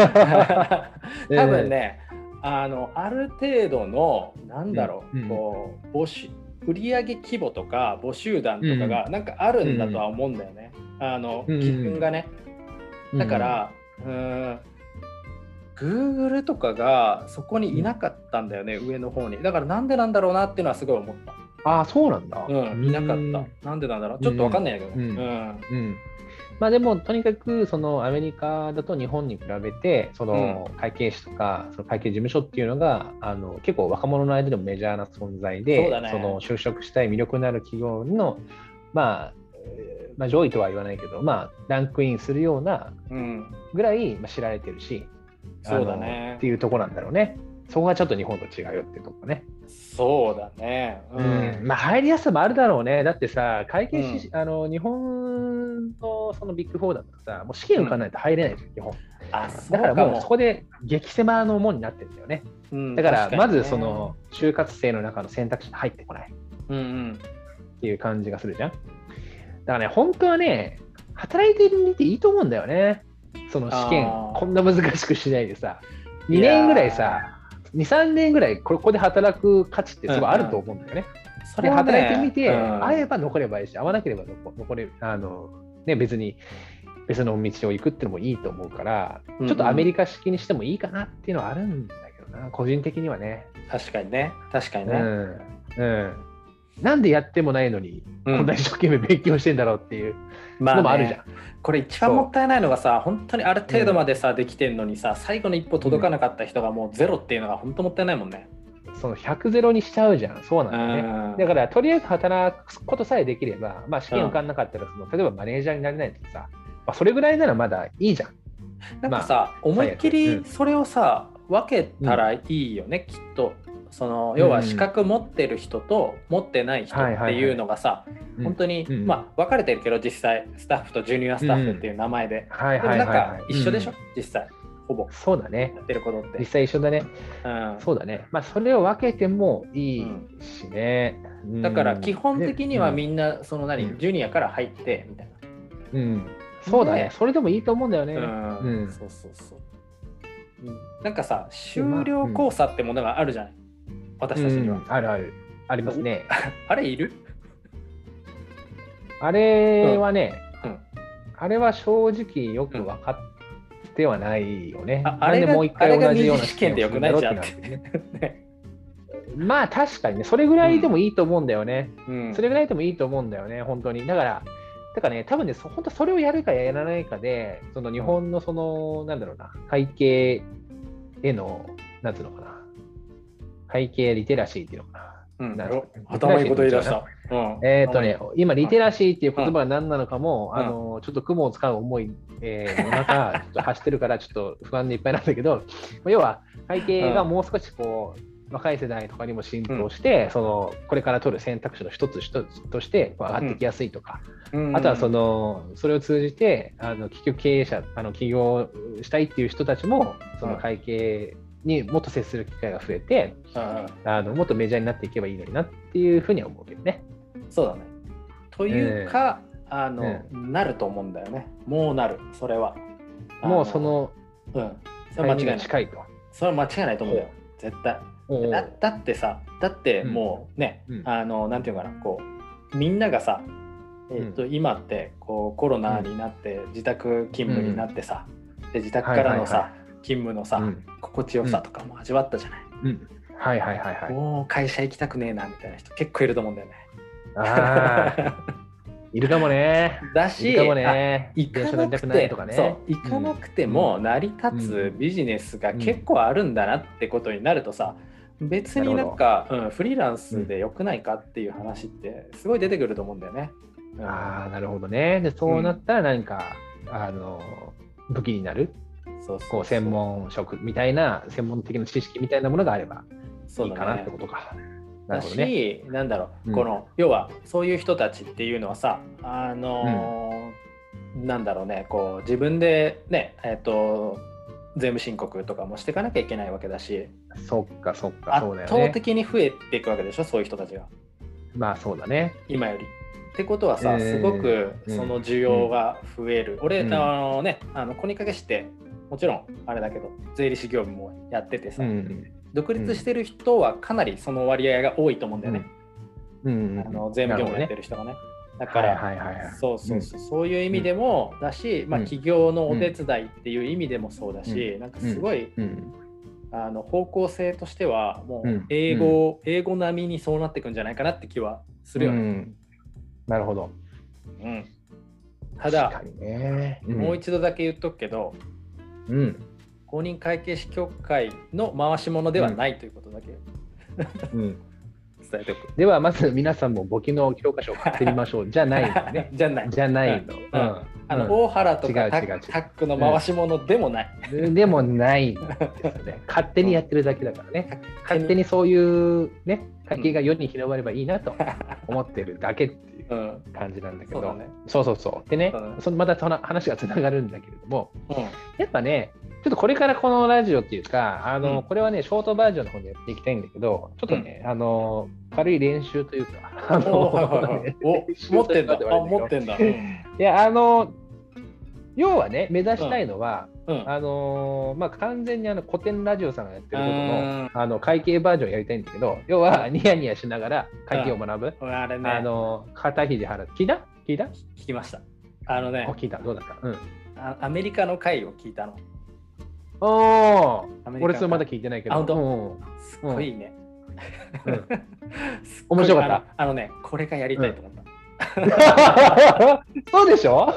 A: 多
B: 多分、ね、あのある程度のなんだろう,、
A: うん
B: こう募集売上規模とか募集団とかがなんかあるんだとは思うんだよね、あの
A: うん
B: 基準がね、
A: うん
B: だか、らうーん Google とかがそこにいなかったんだよね、上の方にだからなんでなんだろうなっていうのはすごい思った
A: ああ、そうなんだ。
B: うん、いなかった。なんでなんだろう。ちょっとわかんないんだけど。
A: う
B: うんん。
A: うんまあでもとにかくそのアメリカだと日本に比べてその会計士とかその会計事務所っていうのがあの結構若者の間でもメジャーな存在
B: そ
A: で
B: うだね
A: の就職したい魅力のある企業のまあえーまあ上位とは言わないけどまあランクインするような
B: うん。
A: ぐらいまあ知られてるし
B: そうだ
A: あの
B: ね
A: って。いうところなんだろうね。そこがちょっと日本と違うよってとこね。
B: そうだね。
A: うん、まあ入りやすさもあるだろうね。だってさ、会計士、うん、あの日本のそのビッグ4だとさ、もう試験受かんないと入れないじゃん、基本。
B: あ
A: だからもうそこで激狭の門になってるんだよね。
B: うん、
A: だからまずその就活生の中の選択肢に入ってこない
B: うん、うん、
A: っていう感じがするじゃん。だからね、本当はね、働いてみていいと思うんだよね。その試験、こんな難しくしないでさ、2年ぐらいさ、い23年ぐらいここで働く価値ってすごいあると思うんだよね。うんうん、それ、ね、働いてみて、うん、会えば残ればいいし、会わなければ残れる、あのね、別に別の道を行くってのもいいと思うから、ちょっとアメリカ式にしてもいいかなっていうのはあるんだけどな、個人的にはね。
B: 確かにね、確かにね。
A: うん、なんでやってもないのに、こんな一生懸命勉強してんだろうっていうのもあるじゃん。まあね、
B: これ一番もったいないのがさ、本当にある程度までさ、うん、できてんのにさ、最後の一歩届かなかった人がもうゼロっていうのが本当もったいないもんね。
A: その100ゼロにしちゃうじゃん、そうなんだよね。だから、とりあえず働くことさえできれば、まあ、試験受かんなかったらその、例えばマネージャーになれないとさ、まあ、それぐらいならまだいいじゃん。
B: なんかさ、まあ、思いっきりそれをさ、うん、分けたらいいよね、きっと。その要は資格持ってる人と持ってない人っていうのがさ、本当に、まあ分かれてるけど実際スタッフとジュニアスタッフっていう名前で、でもなんか一緒でしょ、実際ほぼ
A: そうだね
B: やってることって
A: 実際一緒だね、うん、そうだねまあそれを分けてもいいしね、
B: だから基本的にはみんなその何、ジュニアから入ってみたいな
A: うんそうだねそれでもいいと思うんだよね。
B: うん、そうそうそうなんかさ終了交差ってものがあるじゃない、私たちには、うん
A: あるある。ありますね。
B: あれいる
A: あれはね、うんうん、あれは正直よく分かってはないよね。
B: あれでもう一回同じような試験でよくないじゃん。
A: ね、まあ確かにね、それぐらいでもいいと思うんだよね。それぐらいでもいいと思うんだよね、本当に。だから、だからね、多分ね、本当それをやるかやらないかで、その日本のその、なんだろうな、会計への、なんつうのかな、会計リテラシーっていうのかな。うん、
B: な頭いいこと言い出した。
A: うん、えっ、とね、今、リテラシーっていう言葉が何なのかも、あのちょっと雲を使う思い、えー、の中、ちょっと走ってるから、ちょっと不安でいっぱいなんだけど、要は、会計がもう少しこう、若い世代とかにも浸透して、そのこれから取る選択肢の一つ一つとして上がってきやすいとか、あとはそのそれを通じてあの結局経営者あの起業したいっていう人たちもその会計にもっと接する機会が増えて、あのもっとメジャーになっていけばいいのになっていうふうには思うけどね。
B: そうだねというか、うん、あの、うん、なると思うんだよね。もうなる、それは。
A: もうその、
B: うん、それは間違いない。
A: 近いと
B: それは間違いないと思うんだよ、絶対だ。だってさ、だってもうね、うん、あのなんていうかな、こうみんながさ、えーと今ってこうコロナになって自宅勤務になってさ、で自宅からのさ、はいはいはい勤務のさ、心地よさとかも味わったじゃない、
A: はいはいはいはい
B: もう会社行きたくねえなみたいな人結構いると思うんだよね
A: いるかも ね
B: だし
A: いるかもね
B: 行かなくてとか、ね、そう行かなくても成り立つビジネスが結構あるんだなってことになるとさ別になんか、うん、フリーランスでよくないかっていう話ってすごい出てくると思うんだよね、
A: ああなるほどねでそうなったら何か、あの武器になるそうこう専門職みたいな専門的な知識みたいなものがあればいいかなってことか。
B: だし、なんだろう、この要はそういう人たちっていうのはさあのなんだろうねこう自分でねえっ、と税務申告とかもしていかなきゃいけないわけだし
A: そっかそっか
B: そうだよ、圧倒的に増えていくわけでしょそういう人たちが
A: まあそうだね
B: 今よりってことはさ、すごくその需要が増える、俺あのねあのコニカゲシってもちろんあれだけど税理士業務もやっててさ、うん、独立してる人はかなりその割合が多いと思うんだよね、
A: うん、うん、あ
B: の税務業務やってる人がね。ねだから、そうそうそう、そういう意味でもだし、うん、まあ、企業のお手伝いっていう意味でもそうだし、なんかすごい、あの方向性としては、もう英語、英語並みにそうなっていくんじゃないかなって気はするよね。
A: なるほど。
B: うん、ただ、ねもう一度だけ言っとくけど、
A: うん、
B: 公認会計士協会の回し物ではないということだけ、
A: うん、
B: 伝えておく。
A: ではまず皆さんも簿記の教科書を買ってみましょう。じゃないのね。
B: じゃない。
A: じゃないの。うん
B: あの、
A: うん
B: 大原と
A: 違
B: か
A: う
B: タ
A: 違う違う
B: ッタックの回し物でもない、
A: でもないんですよね。勝手にやってるだけだからね。勝手にそういうね、家計が世に広まればいいなと思ってるだけっていう
B: うん
A: 感じなんだけ
B: そ
A: ど、
B: うだね
A: そうそうそう。でね
B: そうだね、
A: そのまたその話がつながるんだけれども、
B: うん
A: やっぱね、ちょっとこれからこのラジオっていうか、あの、
B: うん
A: これはね、ショートバージョンの方でやっていきたいんだけど、ちょっとね、あの、軽い練習というか、あ
B: おはいはいはい
A: の、
B: お 持ってんだ。あ
A: 練習とか
B: 持ってんだ。うん
A: いや、あの、要はね、目指したいのは、
B: うん。
A: あのーまあ、完全にあの古典ラジオさんがやってること
B: うん
A: のあの会計バージョンやりたいんだけど要はニヤニヤしながら会計を学ぶ、
B: 俺あれね、
A: あのー肩肘張る聞いた聞いた、
B: 聞きました。あのね
A: あ、聞いたどうだったうん
B: あアメリカの会を聞いたの。
A: おお
B: アメリカの
A: 俺それまだ聞いてないけど
B: あ本当
A: うん
B: すっごいね。
A: うん
B: すっごい
A: 面白かった
B: あの。あのね、これがやりたいと思った。
A: そうでしょ
B: あ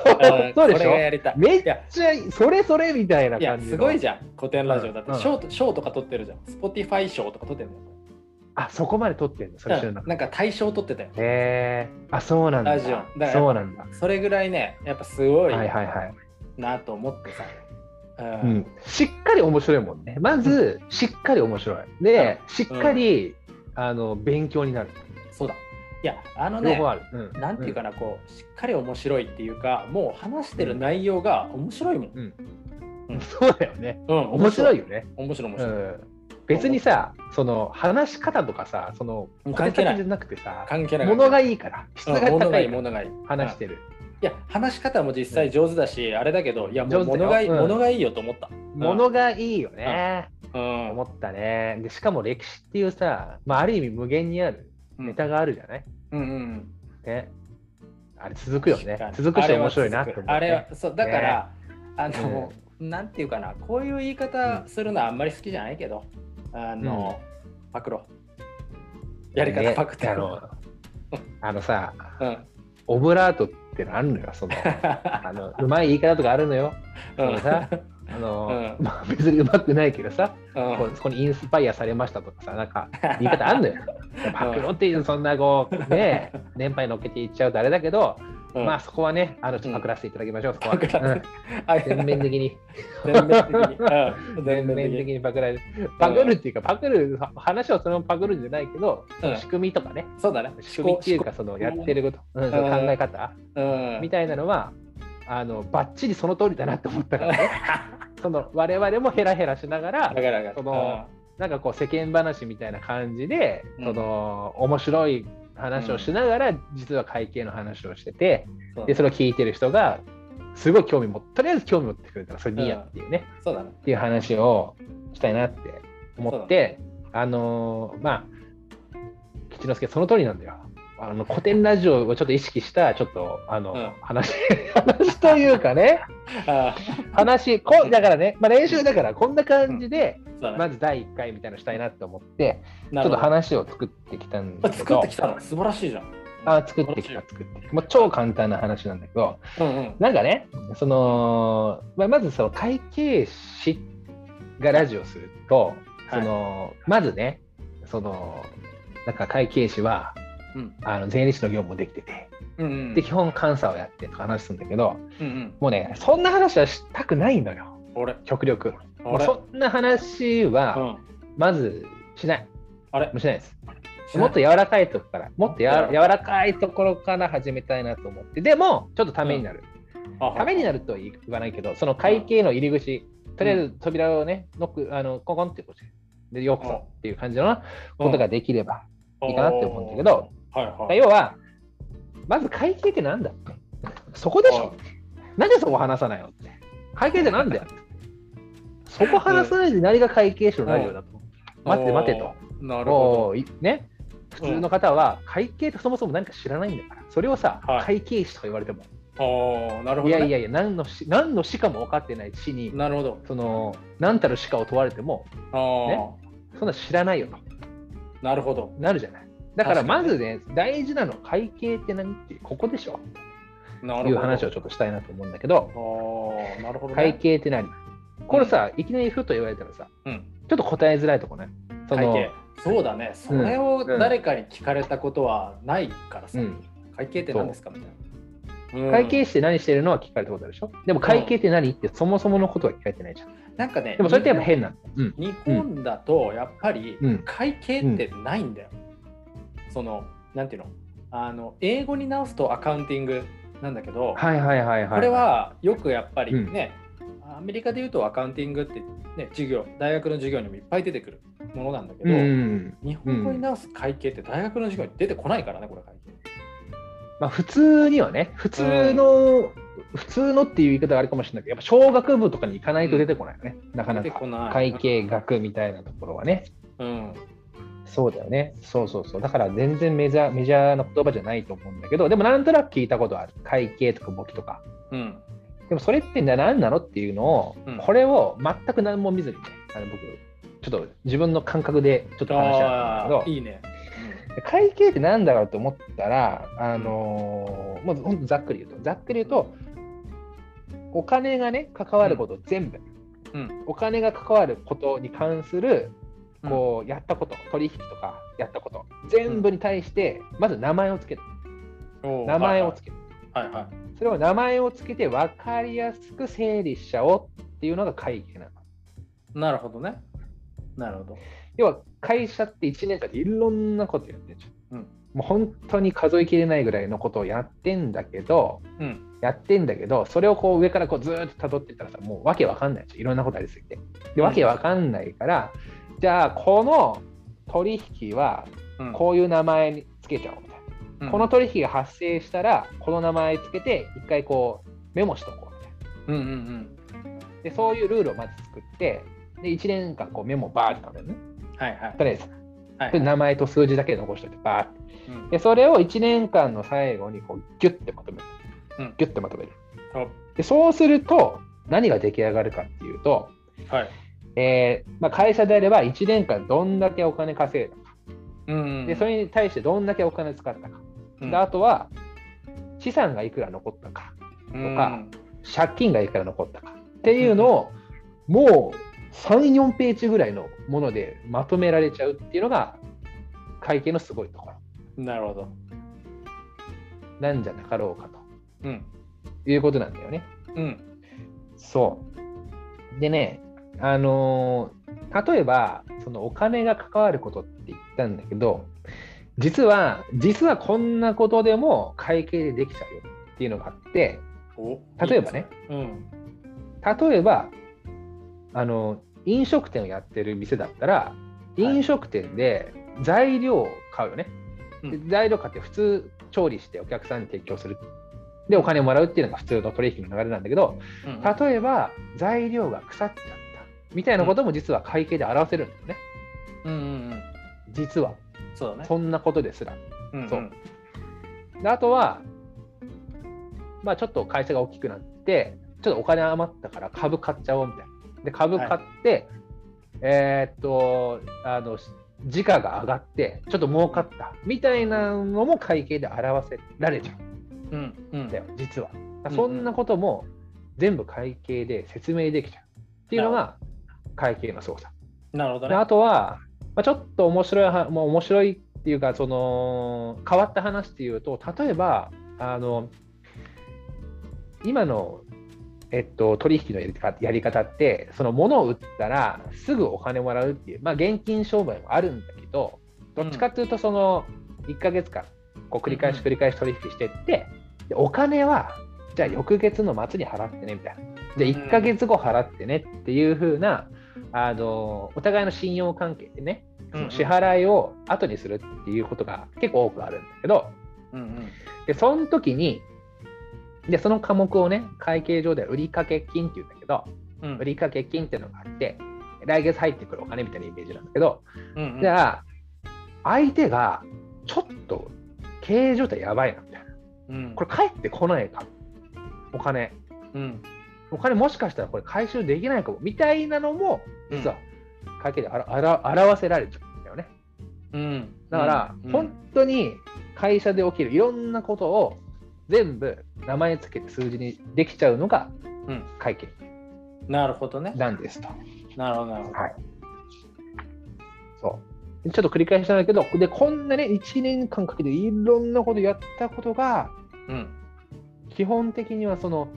A: そうで
B: こ
A: し
B: れが
A: ょ
B: やりたい。
A: めっ
B: いや
A: ちゃそれそれみたいない
B: や
A: 感じの
B: すごいじゃん古典ラジオだって
A: うん
B: 賞、と賞とか取ってるじゃん Spotify 賞とか取ってるじ
A: あそこまで撮ってんのそれ知
B: ゃ
A: ら
B: ん
A: な
B: う
A: か
B: ん
A: っ
B: なんか大賞取ってたよ
A: たへえあそうなんだ
B: ラジオだから
A: そうなんだ
B: それぐらいねやっぱすごい
A: はいはいはい
B: なと思ってさ、
A: う
B: うん
A: ん、しっかり面白いもんねまずしっかり面白いで、しっかり、あの勉強になる
B: そうだいやあの
A: 両
B: ね
A: 方ある、うん、
B: なんていうかな、こうしっかり面白いっていうかもう話してる内容が面白いもん、
A: うん
B: うん
A: うんそうだよね
B: うん
A: 面白い
B: よ
A: よね、
B: 面白い面
A: う
B: 白い、
A: ん、別にさその話し方とかさその
B: うん関係ない
A: 小手先じゃなくてさ
B: 関係ない
A: 物が
B: い
A: いいから質が
B: 物
A: 高
B: がいい
A: いから
B: 物がいい
A: 話してる、
B: いや話し方も実際上手だし、あれだけどいやもう
A: 上手だよ
B: 物がいい、
A: うん
B: 物がいいよと思った、
A: 物がいいよね、
B: うん
A: 思ったねでしかも歴史っていうさ、まあ、ある意味無限にあるネタがあるじゃない、
B: うんうんうん
A: ねあれ続くよね
B: 確かに
A: 続くし面白いなって思う、ね、
B: あれは続くあれはそうだから、あの、なんていうかなこういう言い方するのはあんまり好きじゃないけどあの、パクロやり方
A: ね
B: パクって
A: あのあのさ
B: うん
A: オブラートってのあるのよそのあのうまい言い方とかあるのよそのさあの、
B: うん
A: まあ、別にうまくないけどさ、
B: うん
A: こうそこにインスパイアされましたとかさなん か言い方あるのよパクロっていうそんなこうね年配乗っけていっちゃうとあれだけど、
B: うん
A: まあそこはねあのちょっとパクらせていただきましょう、そこは
B: パクらせあ
A: うん全面的に
B: 全面的にう
A: 全
B: ん 全
A: 面
B: 面
A: 的
B: 的に
A: にパクられるパクるっていうかパクる話をそのままパクるんじゃないけど、その仕組みとかね
B: そうだね
A: 仕組みっていうかそのやってること、うんその考え方、
B: うん
A: みたいなのはあのバッチリその通りだなと思ったから、ね、その我々もヘラヘラしながら
B: だからだから
A: そのなんかこう世間話みたいな感じで、
B: うん
A: その面白い話をしながら、実は会計の話をしてて
B: うんそう
A: でそれを聞いてる人がすごい興味持ってとりあえず興味持ってくれたらそれでいいやっていうね、
B: そうだね
A: っていう話をしたいなって思って、あのーまあ吉之助その通りなんだよあの古典ラジオをちょっと意識したちょっとあの、
B: うん
A: 話 話というかね
B: あ
A: 話こうだからね、まあ、練習だからこんな感じで、
B: ーそうだね
A: まず第1回みたいなのしたいなと思ってち
B: な
A: ょっ
B: るほ
A: と
B: ど
A: 話を作ってきたんだ
B: あ
A: け
B: 作
A: ど
B: ってきたの素晴らしいじゃん
A: あ作ってきた作ってきたもう超簡単な話なんだけど、
B: うんうん
A: なんかね、そのまあまずその会計士がラジオすると、
B: はい
A: そのまずね、そのなんか会計士は
B: うん
A: あの税理士の業務もできてて、
B: うんうん
A: で基本監査をやってとか話すんだけど、
B: うんうん
A: もうね、そんな話はしたくないのよ、
B: 俺
A: 極力。もう
B: 俺
A: そんな話
B: う
A: は
B: ん
A: まずしない、
B: あれ
A: もうしないです。もっと柔らかいとこから、もっとやわ柔らかいところから始めたいなと思って、でもちょっとためになる。ためにな
B: る
A: るとは言わないけど、その会計の入り口、とりあえず扉をね、ノック、あのコンコンってこうして、で、ようこそっていう感じのことができれば、いいかなって思うんだけど、
B: はいはい、
A: 要は、まず会計ってなんだって、そこでしょ、なんでそこ話さないのって、会計ってなんだよ、そこ話さないで何が会計士のラジオだと、
B: おー
A: 待って待てと。
B: なるほ
A: もういね、普通の方は会計ってそもそも何か知らないんだから、それをさ、
B: はい
A: 会計士とか言われても、
B: ど。おーなるほ
A: い
B: ど、ね。
A: やいやいや、何のし何のしかも分かってないしに、
B: なるほど。
A: その何たるしかを問われても、
B: あー
A: ねそんな知らないよと
B: なるほど。
A: なるじゃない。だから
B: 確か
A: ま
B: に
A: ずね、大事なのは会計って何っていう、ここでしょ
B: なるほ
A: って
B: ど。
A: いう話をちょっとしたいなと思うんだけど、
B: おーなるほど、ね。
A: 会。計って何これさ、いきなりふと言われたらさ、
B: うん。
A: ちょっと答えづらいとこね。そ
B: 会
A: の
B: 計。そうだね。それを誰かに聞かれたことはないからさ。
A: うん
B: 会計って何ですかみたいうん
A: 会計士って何してるのは聞かれたことあるでしょでも会計って何ってそもそものことは聞かれてないじゃん。
B: なんかね
A: でもそれってやっぱ変なんだよ。うん。
B: 日本だとやっぱり
A: うん
B: 会計ってないんだよ。そのなんていうのあの英語に直すとアカウンティングなんだけど、
A: はいはいはいはい。
B: これはよくやっぱりね、アメリカで言うとアカウンティングって、ね、授業大学の授業にもいっぱい出てくるものなんだけ
A: う
B: ど、
A: ん。
B: 日本語に直す会計って大学の授業に出てこないからねこれ会計。
A: まあ、普通にはね、普通の、普通のっていう言い方はあれかもしれないけど、やっぱ小学部とかに行かないと出てこないよね、なかな
B: 出て
A: か
B: こない。
A: 会計学みたいなところはね。
B: うん
A: そうだよね。そうそうそう。だから全然メジャーメジャーな言葉じゃないと思うんだけど、でもなんとなく聞いたことある。会計とか簿記とか。
B: うん
A: でもそれってな何なのっていうのを、
B: うん
A: これを全く何も見ずにね、あの僕、ちょっと自分の感覚でちょっと話し合ったんだ
B: あー
A: け
B: いいね。
A: ど、会計って何だろうと思ったら、あのーまずほんとざっくり言うと、ざっくり言うと、お金がね、関わること全部、
B: うんうん
A: お金が関わることに関する、
B: うん
A: こう、やったこと、取引とかやったこと、全部に対して、まず名前をつける。
B: おー
A: 名前をつける。
B: はいはい。
A: それを名前をつけて分かりやすく整理しちゃおうっていうのが会計なの。
B: なるほどね。なるほど。
A: 要は会社って1年間でいろんなことやってるじゃん
B: うん
A: もう本当に数えきれないぐらいのことをやってんだけど、
B: うん
A: やってんだけど、それをこう上からこうずーっと辿ってったらさ、もうわけわかんないじゃん。いろんなことありすぎて。で、わけわかんないから、じゃあこの取引は
B: うん
A: こういう名前につけちゃおうみたいな。
B: うん
A: この取引が発生したら、この名前つけて、一回こうメモしとこうみたいな。
B: うんうんうん。
A: でそういうルールをまず作ってで1年間こうメモをバーってたんだよね
B: はいはい
A: とりあえず
B: はいは
A: で
B: い。
A: 名前と数字だけ残しておいてバーって
B: うん
A: でそれを1年間の最後にこうギュッてまとめる、
B: うん
A: ギュッてまとめる
B: お
A: でそうすると何が出来上がるかっていうと、
B: はい。
A: えーまあ、会社であれば1年間どんだけお金稼いだか
B: うん
A: でそれに対してどんだけお金使ったか
B: うん
A: であとは資産がいくら残ったかとか借金がいくら残ったかっていうのを、もう34ページぐらいのものでまとめられちゃうっていうのが会計のすごいところ
B: うんなるほど。
A: なんじゃなかろうか
B: うん。
A: ということなんだよね。
B: うん。
A: そうでねあのー例えばそのお金が関わることって言ったんだけど実は実はこんなことでも会計でできちゃうよっていうのがあって
B: お
A: 例えばね。
B: いいです
A: 例えばあの飲食店をやってる店だったら
B: い
A: 飲食店で材料を買うよね、
B: うん
A: で材料買って普通調理してお客さんに提供するでお金をもらうっていうのが普通の取引の流れなんだけど
B: うん。うん
A: 例えば材料が腐っちゃったみたいなことも実は会計で表せるんだよね
B: うんうんうん。
A: 実は
B: そうだね。
A: そんなことですら
B: うんうん
A: そうであとは、まあ、ちょっと会社が大きくなって、ちょっとお金余ったから株買っちゃおうみたいな。で、株買って、えーっと、あの、時価が上がって、ちょっと儲かったみたいなのも会計で表せられちゃ
B: うんう
A: うん
B: ん
A: だ。よ、実は。
B: うん
A: そんなことも全部会計で説明できちゃうっていうのが会計の操作。
B: なるほど
A: で
B: ね。
A: あとは、まあ、ちょっと面白いは、まあ、面白いっていうかその変わった話っていうと例えばあの今の、えっと、取引のやり方やり方ってその物を売ったらすぐお金もらうっていう、まあ、現金商売もあるんだけどどっちかっていうとその1ヶ月間こう繰り返し繰り返し取引してってでお金はじゃあ翌月の末に払ってねみたいな。で
B: うん
A: 1ヶ月後払ってねっていう風なあのお互いの信用関係でねその支払いを後にするっていうことが結構多くあるんだけど
B: うんうん。
A: でその時にでその科目をね会計上では売掛金っていうんだけど
B: うんうん
A: 売掛金っていうのがあって来月入ってくるお金みたいなイメージなんだけど
B: うんうん
A: じゃあ相手がちょっと経営状態やばいなみたいな
B: うん
A: これ返ってこないかお金
B: うん
A: お金もしかしたらこれ回収できないかもみたいなのも実は会計であらあら表せられちゃうんだよね。
B: うん
A: だから
B: うん
A: 本当に会社で起きるいろんなことを全部名前つけて数字にできちゃうのが
B: うん
A: 会計
B: なるほどね。
A: なんですと。
B: なるほどなるほど。
A: そうちょっと繰り返しなんだけどでこんなね1年間かけていろんなことやったことが
B: うん
A: 基本的にはその、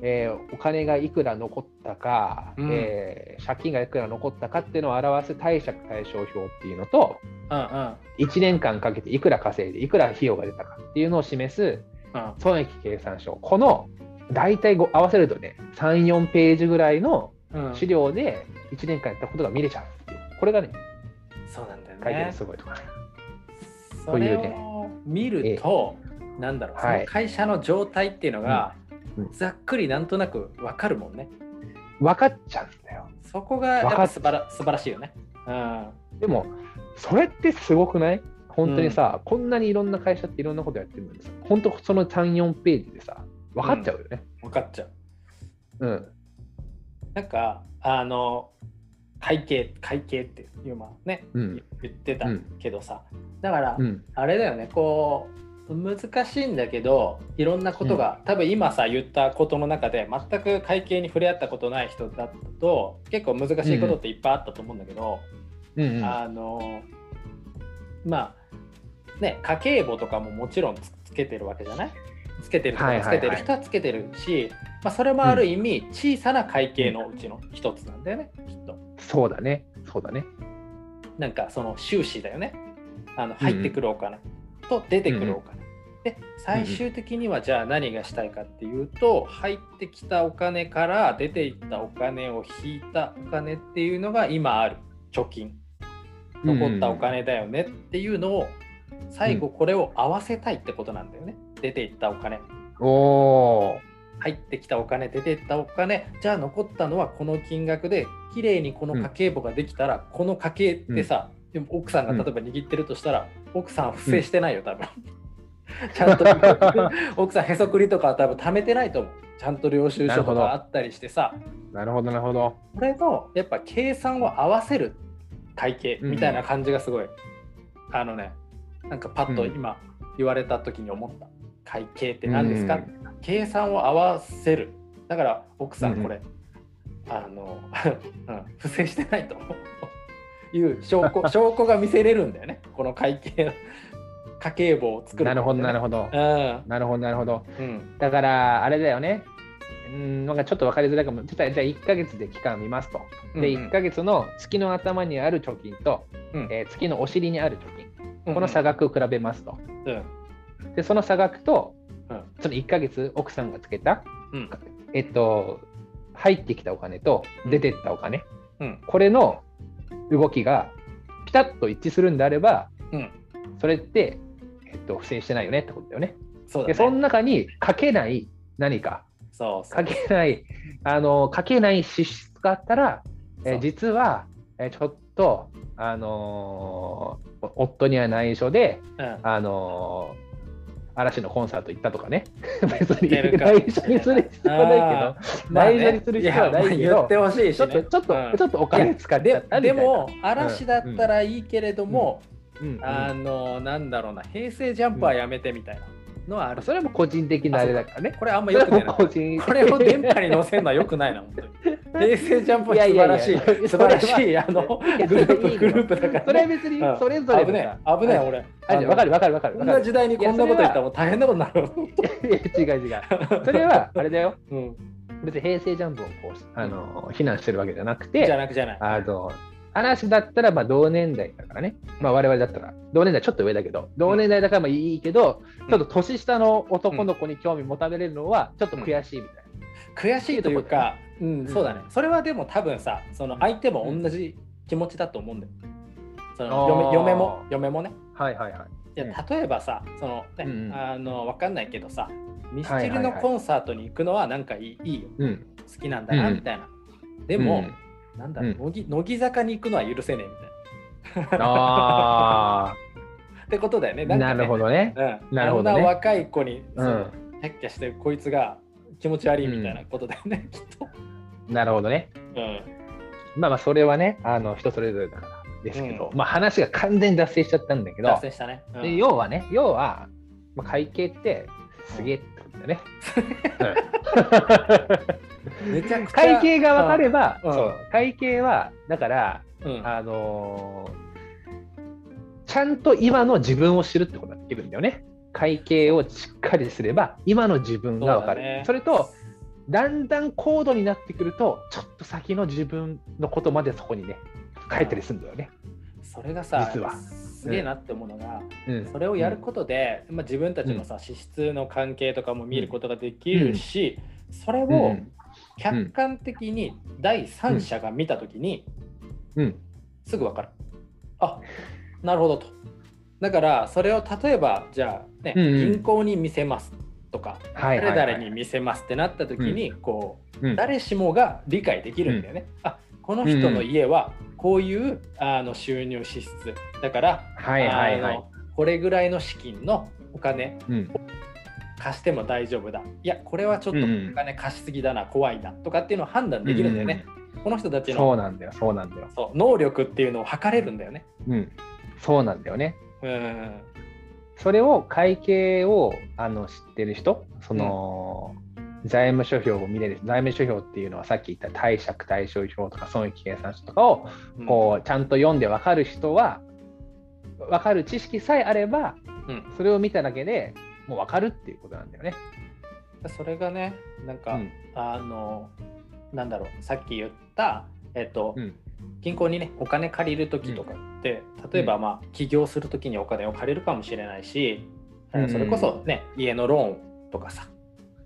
A: えーお金がいくら残ったか、
B: うん
A: えー借金がいくら残ったかっていうのを表す貸借対照表っていうのと
B: うんうん
A: 1年間かけていくら稼いでいくら費用が出たかっていうのを示す
B: うん
A: 損益計算書この大体ご合わせるとね34ページぐらいの
B: うん
A: 資料で1年間やったことが見れちゃうっていうこれがね
B: そうなんだよ
A: 書いてる
B: ね。
A: すごいとかね。
B: それを見ると、なんだろう、
A: はい
B: その会社の状態っていうのが、
A: うんうん
B: ざっくりなんとなくわかるもんね。
A: 分かっちゃうんだよ
B: そこがやっぱ素晴ら素晴らしいよね。うん
A: でもそれってすごくない本当にさ、こんなにいろんな会社っていろんなことやってるのにさ本当その34ページでさ分かっちゃうよね
B: 分かっちゃう。
A: うん、
B: なんかあの会計会計っていうまあね、
A: うん
B: 言ってた
A: うん
B: けどさ、だから、
A: うん
B: あれだよねこう難しいんだけどいろんなことが、多分今さ言ったことの中で全く会計に触れ合ったことない人だと結構難しいことっていっぱいあったと思うんだけど、
A: うんうん
B: あのまあね家計簿とかももちろんつつけてるわけじゃないつけてる人
A: はい
B: は
A: は
B: つ
A: いはい
B: けてる人はつけてるし、まあ、それもある意味小さな会計のうちの一つなんだよねきっと。
A: そうだねそうだね
B: なんかその収支だよねあ
A: う
B: の
A: んうん
B: 入ってくるお金と出てくるお金、で最終的にはじゃあ何がしたいかっていうと、入ってきたお金から出ていったお金を引いたお金っていうのが今ある貯金残ったお金だよねっていうのを最後これを合わせたいってことなんだよね、出ていったお金
A: おお
B: 入ってきたお金出てったお金じゃあ残ったのはこの金額で綺麗にこの家計簿ができたら、この家計ってさ、でも奥さんが
A: うん
B: 例えば握ってるとしたら、奥さんは不正してないよ多分 ちゃんと奥さんへそくりとかは多分貯めてないと思うちゃんと領収書
A: なるほ
B: と
A: ど
B: かあったりしてさ
A: ーなるほどなるほど
B: これのやっぱ計算を合わせる会計みたいな感じがすごい、あのねなんかパッと今言われた時に思った、会計って何ですか、
A: うん
B: 計算を合わせるだから奥さ
A: うんうん
B: んこれ、あの、 うん、不正してないという証 拠証拠が見せれるんだよねこの会計家計簿を作る、
A: なるほどなる
B: ほ
A: ほど
B: ど
A: なるほどなるほど
B: うん、うん、
A: だからあれだよねうんなんかちょっと分かりづらいかもちょっとじゃあ1ヶ月で期間見ますとで
B: うんうん
A: 1ヶ月の月の頭にある貯金と、
B: うん
A: えー月のお尻にある貯金この差額を比べますと。
B: うんうん
A: で、その差額と、
B: うん
A: その1ヶ月奥さんがつけた、
B: うん
A: えっと、入ってきたお金と
B: うん
A: 出てったお金、
B: うん
A: これの動きがピタッと一致するんであれば、
B: うん
A: それって、えっと、不正してないよねってことだよね。
B: そうだ、ね、
A: で、その中に書けない何か、
B: そうそう
A: 書けない、あの、書けない支出があったら、えー
B: そう
A: 実は、えーちょっと、あのーお夫には内緒で、
B: うん
A: あのー嵐のコンサート行ったと かね、別に
B: 言ってるか
A: 内緒にする必要はないけど、内緒にする必要はない
B: まあね
A: け
B: やまあ言
A: ど
B: っ、てほしい
A: ち
B: し、
A: ょ
B: ね、
A: っとちょっ
B: うん
A: とちょっとお金使っちゃったみた
B: で
A: いな。
B: も嵐だったらいいけれども、
A: うん、うん
B: あのなんだろうな平成ジャンプはやめてみたいなのはある、
A: それはもう個人的なあれだからね。
B: これあんま
A: そ
B: よ
A: れ
B: くな
A: はいもう
B: な こ
A: 個人
B: れを電波に載せるのはよくないな本当に平成ジャンプは素晴らしい
A: いやいやいや
B: 素晴らし
A: それ
B: いあの
A: いや
B: グルー
A: それいい
B: プ
A: よ
B: グループだか
A: それは
B: ら、ね、
A: 別に
B: うん
A: それぞれの
B: 危ね
A: さ
B: え危ねえ
A: あ
B: 俺
A: あじゃあわか
B: る
A: るわかるわかる
B: こ
A: わ
B: ん
A: か
B: な
A: る。
B: 時代にこんなこと言ったらもう大変なことになる
A: いや違う違う。それはあれだよ。
B: うん、
A: 別に平成ジャンプをこうあの非難してるわけじゃなくて、
B: じゃなくじゃない
A: あの嵐だったらまあ同年代だからね、まあ、我々だったら同年代ちょっと上だけど同年代だからまあいいけど、
B: ん
A: ちょっと年下の男の子に興味持たれるのはちょっと悔しいみたいな。
B: 悔しいというか、うん
A: うん
B: そうだねそれはでも多分さその相手も同じ気持ちだと思うんだよ、そ
A: あ
B: の
A: ー
B: 嫁嫁も嫁もね
A: はいはいはい。
B: い
A: う
B: や
A: ん
B: 例えばさその
A: う
B: ね、
A: んうん
B: あのわかんないけどさミスチ
A: はいは
B: ル
A: いは
B: の
A: い
B: コンサートに行くのはなんかいい,、いいよ
A: うん、
B: 好きなんだな
A: うん
B: みたいな、でも、なんだろう
A: うん
B: 乃木乃木坂に行くのは許せねえみた
A: う
B: い
A: ん、あ
B: なってことだよね
A: あ、
B: んか
A: な
B: ね
A: るほどね。
B: うん、
A: なるほどね
B: あんな若い子に、そうの
A: ん、
B: キャッキャしてこいつが気持ち悪いみたいなことだよね、 きっと、
A: なるほどね。
B: うん、
A: まあまあそれはねあの人それぞれだからですけど、
B: う
A: まあ話が完全に脱線しちゃったんだけど
B: 脱、線したね、うん
A: で要はね要は、まあ、会計ってすげえってことだよね。 うん
B: めちゃくちゃ
A: 会計が分かれば、
B: うん
A: そう会計はだから、
B: うん
A: あのーちゃんと今の自分を知るってことができるんだよね会計をしっかりすれば今の自分が分かる
B: そうだね
A: それとだんだん高度になってくるとちょっと先の自分のことまでそこにね書いたりするんだよね。
B: それがさ
A: 実は
B: すげえなって思うのが、
A: うん
B: それをやることで、まあ、自分たちのさ、資質の関係とかも見ることができるし、それ
A: う
B: を
A: ん
B: 客観的に第三者が見た時に
A: うん
B: すぐ分かる。あなるほどと。だからそれを例えばじゃあ、ね
A: うんうん
B: 銀行に見せますとか
A: はいはい
B: 誰
A: はい
B: 々に見せますってなった時に、こう
A: うん
B: 誰しもが理解できるんだよね。あこの人の家はこういうあの収入支出だから
A: はいはいは
B: あ
A: い
B: のこれぐらいの資金のお金
A: うん
B: 貸しても大丈夫だいやこれはちょっと
A: うんうん
B: お金貸しすぎだな、怖いなとかっていうのを判断できるんだよね、この人たちの
A: そうなんだよそうなんだよ、
B: そう能力っていうのを測れるんだよね
A: うん、そうなんだよね
B: うん
A: それを会計をあの知ってる人その、財務諸表を見れる財務諸表っていうのはさっき言った貸借対照表とか損益計算書とかをこうちゃんと読んで分かる人は分かる知識さえあれば
B: うん
A: それを見ただけでもう分かるっていうことなんだよね。
B: それがねなんか、
A: うん
B: あのなんだろうさっき言ったえっと、
A: うん
B: 銀行にねお金借りる時とかって、例えばまあ起業する時にお金を借りるかもしれないし、
A: うん
B: あのそれこそね家のローンとかさ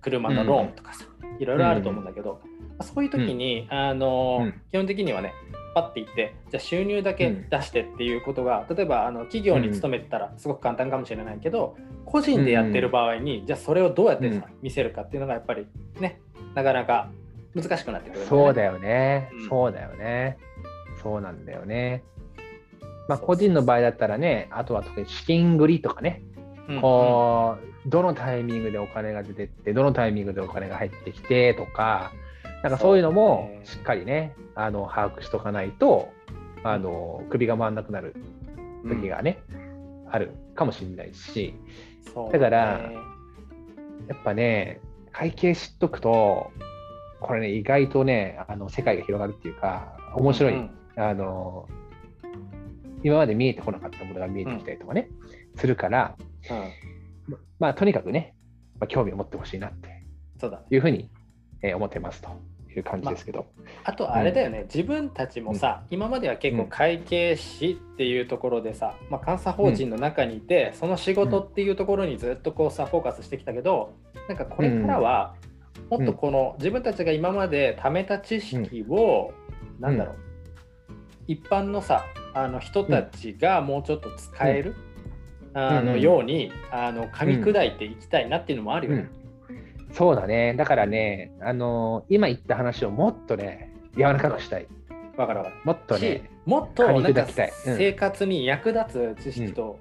B: 車のローンとかさ、いろいろあると思うんだけど、まあそういう時に、あの
A: うん
B: 基本的にはねパッて行ってじゃあ収入だけ出してっていうことが、例えばあの企業に勤めてたらすごく簡単かもしれないけど、個人でやってる場合に、じゃあそれをどうやってさ見せるかっていうのがやっぱりねなかなか難しくなってくるん
A: そう
B: よね。
A: だよね、
B: うん
A: そうだよねそうなんだよね。まあ、
B: そう
A: 個人の場合だったらねあとは特に資金繰りとかね
B: うんうん
A: こうどのタイミングでお金が出てってどのタイミングでお金が入ってきてとかなんかそういうのも
B: そうね
A: しっかりねあの把握しとかないとあの首が回んなくなる時がね、あるかもしれないし
B: そう
A: だからやっぱね会計知っとくとこれね意外とねあの世界が広がるっていうか面白い、
B: うん
A: あの今まで見えてこなかったものが見えてきたりとかね、するから
B: うん
A: ままあとにかくね、まあ、興味を持ってほしいなって
B: そうだ
A: いうふうに、えー思ってますという感じですけど。
B: あとあれだよね、自分たちもさ、今までは結構会計士っていうところでさ、まあ、監査法人の中にいて、その仕事っていうところにずっとこうさフォーカスしてきたけどなんかこれからはもっとこの、自分たちが今まで貯めた知識を、なんだろう、一般のさあの人たちがもうちょっと使える、
A: う
B: あ
A: んう
B: の
A: ん
B: ようにあの噛み砕いていきたいなっていうのもあるよね。
A: うんそうだねだからね、あのー今言った話をもっとね柔らかくしたい
B: わ、かるわかる
A: もっと
B: し
A: ね、
B: もっとなん
A: 噛
B: か
A: み砕きたいうん
B: 生活に役立つ知識と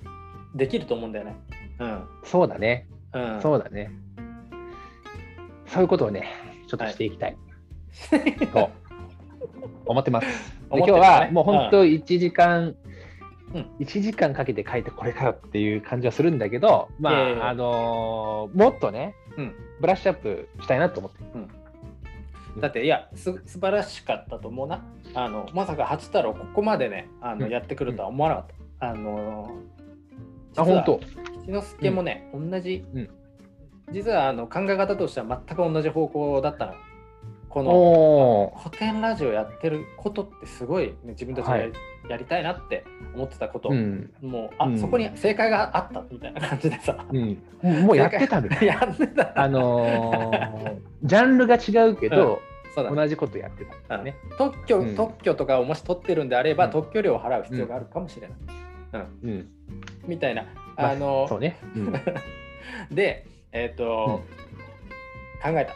B: できると思うんだよね。うん。
A: そうだね、
B: うん。
A: そうだねそういうことをねちょっとしていきたい、と思 ってます。で
B: 思
A: 今
B: っ
A: 日
B: てるね
A: はもう本当1時間、
B: うん
A: 1時間かけて書いてこれからっていう感じはするんだけど、ま
B: いやいやいや
A: ああのーもっとね
B: うん
A: ブラッシュアップしたいなと思って。
B: だっていやす素晴らしかったと思うな。あのまさか八太郎ここまでねあの、
A: うん
B: やってくるとは思わなかった。あの
A: あ本当
B: 七之助もね、同じ、
A: うん
B: 実はあの考え方としては全く同じ方向だったの。この
A: お
B: 古典ラジオやってることってすごい、ね、自分たちがや,、
A: はい
B: やりたいなって思ってたこと、
A: ーうん
B: もうあ、
A: うん
B: そこに正解があったみたいな感じでさ
A: うん、もうやってたんだ
B: やってた
A: あのージャンルが違うけど、
B: そうだね
A: 同じことやってた
B: うん特許、
A: うん
B: 特許とかをもし取ってるんであれば、
A: うん
B: 特許料を払う必要があるかもしれない、
A: うん
B: みたいな
A: まあ
B: あの、
A: そうね、うん
B: でえっ、と、考えた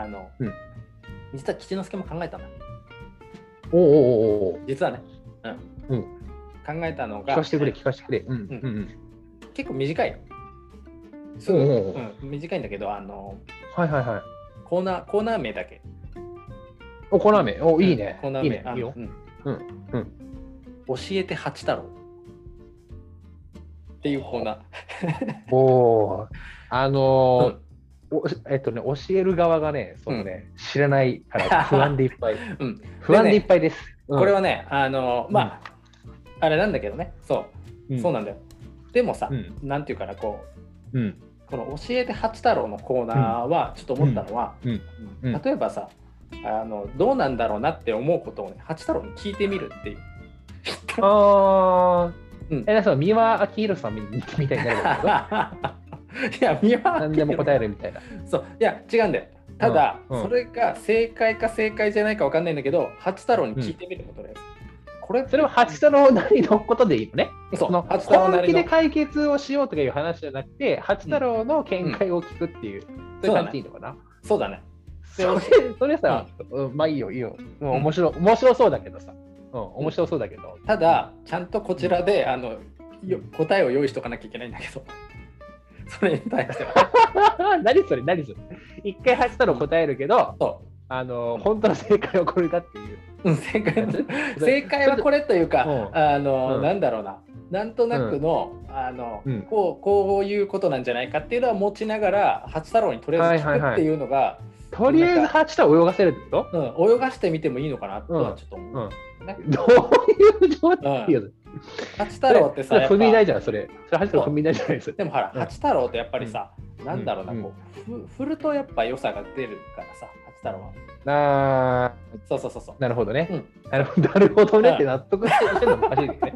B: あの、
A: うん
B: 実は吉之助も考えたんだ
A: おおおうおうおう
B: 実はね、う
A: う
B: ん
A: ん
B: 考えたの
A: 聞
B: が
A: かせてくれ聞かせてくれうんうんうん
B: 結構短いよす
A: お
B: ぐ、
A: う
B: う、
A: おうおうん
B: 短いんだけどあの
A: はいはいはい
B: コーナーコーナー名だけ
A: おコーナー名おいいね、
B: うんコーナー
A: い
B: 名
A: いね
B: あの
A: いいよ
B: う
A: うんんうん
B: 教えて八太郎っていうコーナー
A: おおあの
B: う
A: ーおえっとね教える側がねそのね、知らないから不安でいっぱい
B: ん うん
A: 不安でいっぱいです、うん
B: これはねあのまあ、あれなんだけどねそ
A: う
B: う、
A: ん
B: そうなんだよでもさ、
A: うん
B: なんていうかなこう
A: うん
B: この「教えて八太郎」のコーナーはちょっと思ったのは、
A: うんうんうんうん
B: 例えばさあのどうなんだろうなって思うことをね八太郎に聞いてみる っていう。
A: ああ、
B: うん
A: え、だから三輪明宏さんみみたいになる
B: いや三輪
A: 何でも答え
B: る
A: るみたいな。
B: そういや違うんだよただ、
A: うんうん
B: それが正解か正解じゃないかわかんないんだけど八太郎に聞いてみることです、これ
A: それは八太郎なりのことでいいのね。
B: そ
A: その
B: う八太郎な
A: 本気
B: りの
A: で解決をしようとかいう話じゃなくて、八太郎の見解を聞くっていう、そういう感じでいいのかな。
B: そうだね
A: そ
B: そうだ
A: れ
B: ね
A: それさ、うんまあいいよいいよ。もう面白面白そうだけどさ。うん、面白そうだけ ど。
B: ただちゃんとこちらで、あのよ答えを用意しとかなきゃいけないんだけど それに対し ては
A: 何それ何それ。一回八太郎答えるけど、
B: そ
A: あの本当の正解はこれだっていう。
B: ううん正解 正解はこれというか、
A: うん
B: あの、
A: うん
B: なんだろうななんとなくの,、あの
A: うん
B: こうこういうことなんじゃないかっていうのは持ちながら八太郎にとりあえず
A: はい
B: 聞
A: はいは
B: く
A: い
B: っていうのが、
A: とりあえず八太郎泳がせるってこと
B: うん、泳がしてみてもいいのかなとはちょっと思う。
A: うん
B: ね
A: どういう状態よ、
B: 八太郎ってさやっぱ
A: 踏み台じゃん、それ。それ八太郎踏み台じゃないです。
B: でもほら
A: うん
B: 八太郎ってやっぱりさ、なんだろうな、
A: うん
B: こうふ振るとやっぱ良さが出るからさ八太郎は。
A: あ
B: そうそうそうそう
A: ー。なるほどね。
B: うん
A: なるほどな るほどねって
B: うん
A: 納得してるのもおかしいです ね。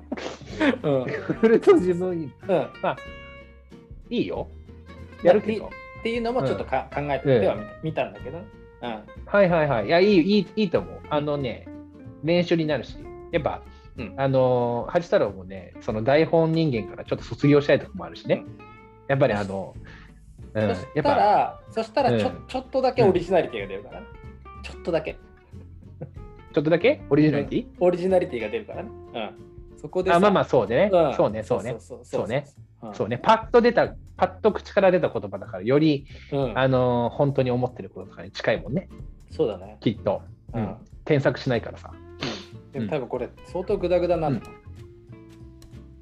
B: うん、うん、
A: 振ると自分に
B: っ
A: いいよ。やるけど。
B: ていうのもちょっとか、考えてはみた見たんだけどね、
A: はいはいはい。いや、いい、いい、いいと思う。あのね、練習になるし、やっぱ、
B: うん
A: あのー、八太郎もね、その台本人間からちょっと卒業したいとこもあるしね。やっぱりあの、うん、
B: うん
A: や
B: そ
A: っ
B: した
A: ぱ、
B: らそしたらちょ,、
A: うん
B: ちょっとだけオリジナリティが出るからね、ちょっとだけ
A: ちょっとだけオリジナリティ、
B: オリジナリティが出るからね、うん、そこで
A: あ
B: さ
A: まあまあ、そうね、
B: ん
A: そうね、そうね。
B: そう
A: そうね
B: うん
A: そうね、パッと出た、パッと口から出た言葉だから、より、
B: うん
A: あのー本当に思ってることとかに近いもんね、
B: そうだね
A: きっと。う
B: うん
A: ん、添削しないからさ。
B: でも多分これ相当グダグダなんだ、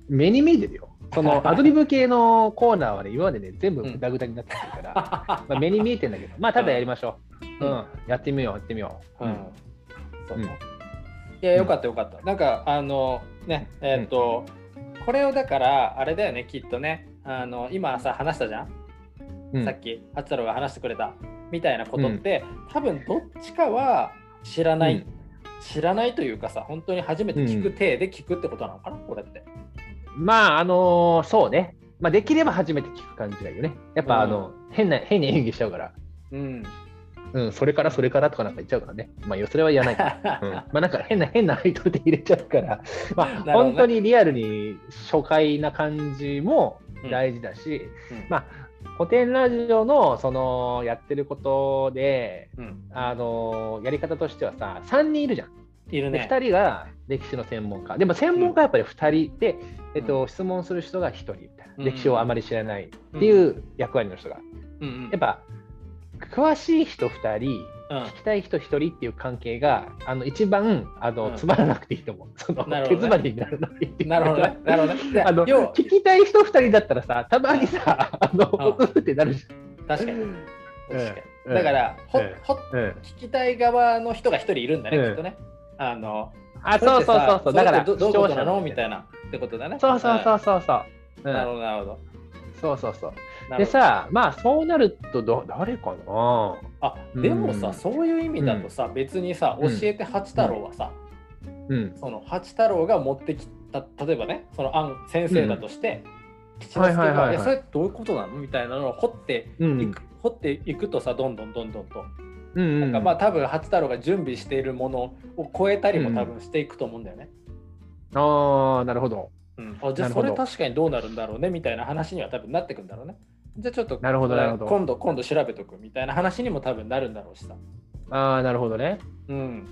A: 目に見えてるよ。そ のアドリブ系のコーナーはね、今までね、全部グダグダになってるから、まあ、目に見えてんだけど、まあ、ただやりましょう。う、
B: うんん
A: やってみよう、やってみよう。
B: うんそう
A: うん
B: いやよかったよかったなんかあのねえっ、と、これをだからあれだよねきっとねあの今さ話したじゃん、
A: うん
B: さっき八太郎が話してくれたみたいなことって、多分どっちかは知らない、
A: うん
B: 知らないというかさ本当に初めて聞く体で聞くってことなのかなこれって
A: まあ、あのーそうね。まあ、できれば初めて聞く感じがいいよね。やっぱ、あの、変な、変な演技しちゃうから、
B: うん
A: うん、それからそれからとかなんか言っちゃうからね。まあ、それは嫌ないから。 うんまあなんか変な変なアイドルで入れちゃうから、まあ、
B: なるほどね
A: 本当にリアルに初回な感じも 大事だし、
B: うん
A: まあ古典ラジオのそのやってることで、
B: うん
A: あのやり方としてはさ3人いるじゃん、
B: いる
A: で
B: ね
A: 2人が歴史の専門家でも専門家はやっぱり2人で、えっと、質問する人が1人みたいな、
B: うん
A: 歴史をあまり知らないっていう役割の人が、
B: うんうん
A: やっぱ詳しい人2人
B: うん
A: 聞きたい人一人っていう関係があの一番あの、
B: うん
A: つまらなくていいと思う。その
B: なる
A: 手
B: ほどね
A: 詰まりにならないっていう
B: なるほどね。なるほどね。で
A: あの
B: 要は
A: 聞きたい人二人だったらさたまにさあの
B: うん
A: うってなるじ
B: 確か
A: う
B: に。
A: ん
B: 確か
A: うん
B: に。だから、ほ
A: うん
B: ほ
A: ゃん。うん、
B: 聞きたい側の人が一人いるんだね、
A: うん
B: きっとね。あの、
A: あそうそうそうそうだから
B: れってさそれってどどういうことな
A: 視聴
B: の
A: 者
B: みたいなってことだね。
A: そうそうそ
B: ん
A: うそうそう。うん
B: なるほど、なるほど。
A: そうそうそう
B: なるほど
A: で、さまあそうなるとど誰かな
B: あでも
A: う
B: さ、
A: ん
B: そういう意味だとさ、別にさ、
A: う
B: 教
A: ん
B: えて八太郎はさ、
A: うん
B: その八太郎が持ってきた、例えばね、その案先生だとして、吉之助
A: はいはいはい
B: が、
A: はい
B: いやそれどういうことなのみたいなのを掘って
A: う
B: い
A: ん
B: く、掘っていくとさ、どんどんどんどんと。
A: うんうん
B: なんかまあ多分八太郎が準備しているものを超えたりも多分していくと思うんだよね。
A: あーなるほど
B: うんあじゃあ
A: なるほど
B: それ確かにどうなるんだろうねみたいな話には多分なってくんだろうね。じゃあちょっと
A: なるほど
B: これ
A: なるほど
B: 今度今度調べとくみたいな話にも多分なるんだろうしさ。
A: ああなるほどね
B: うん。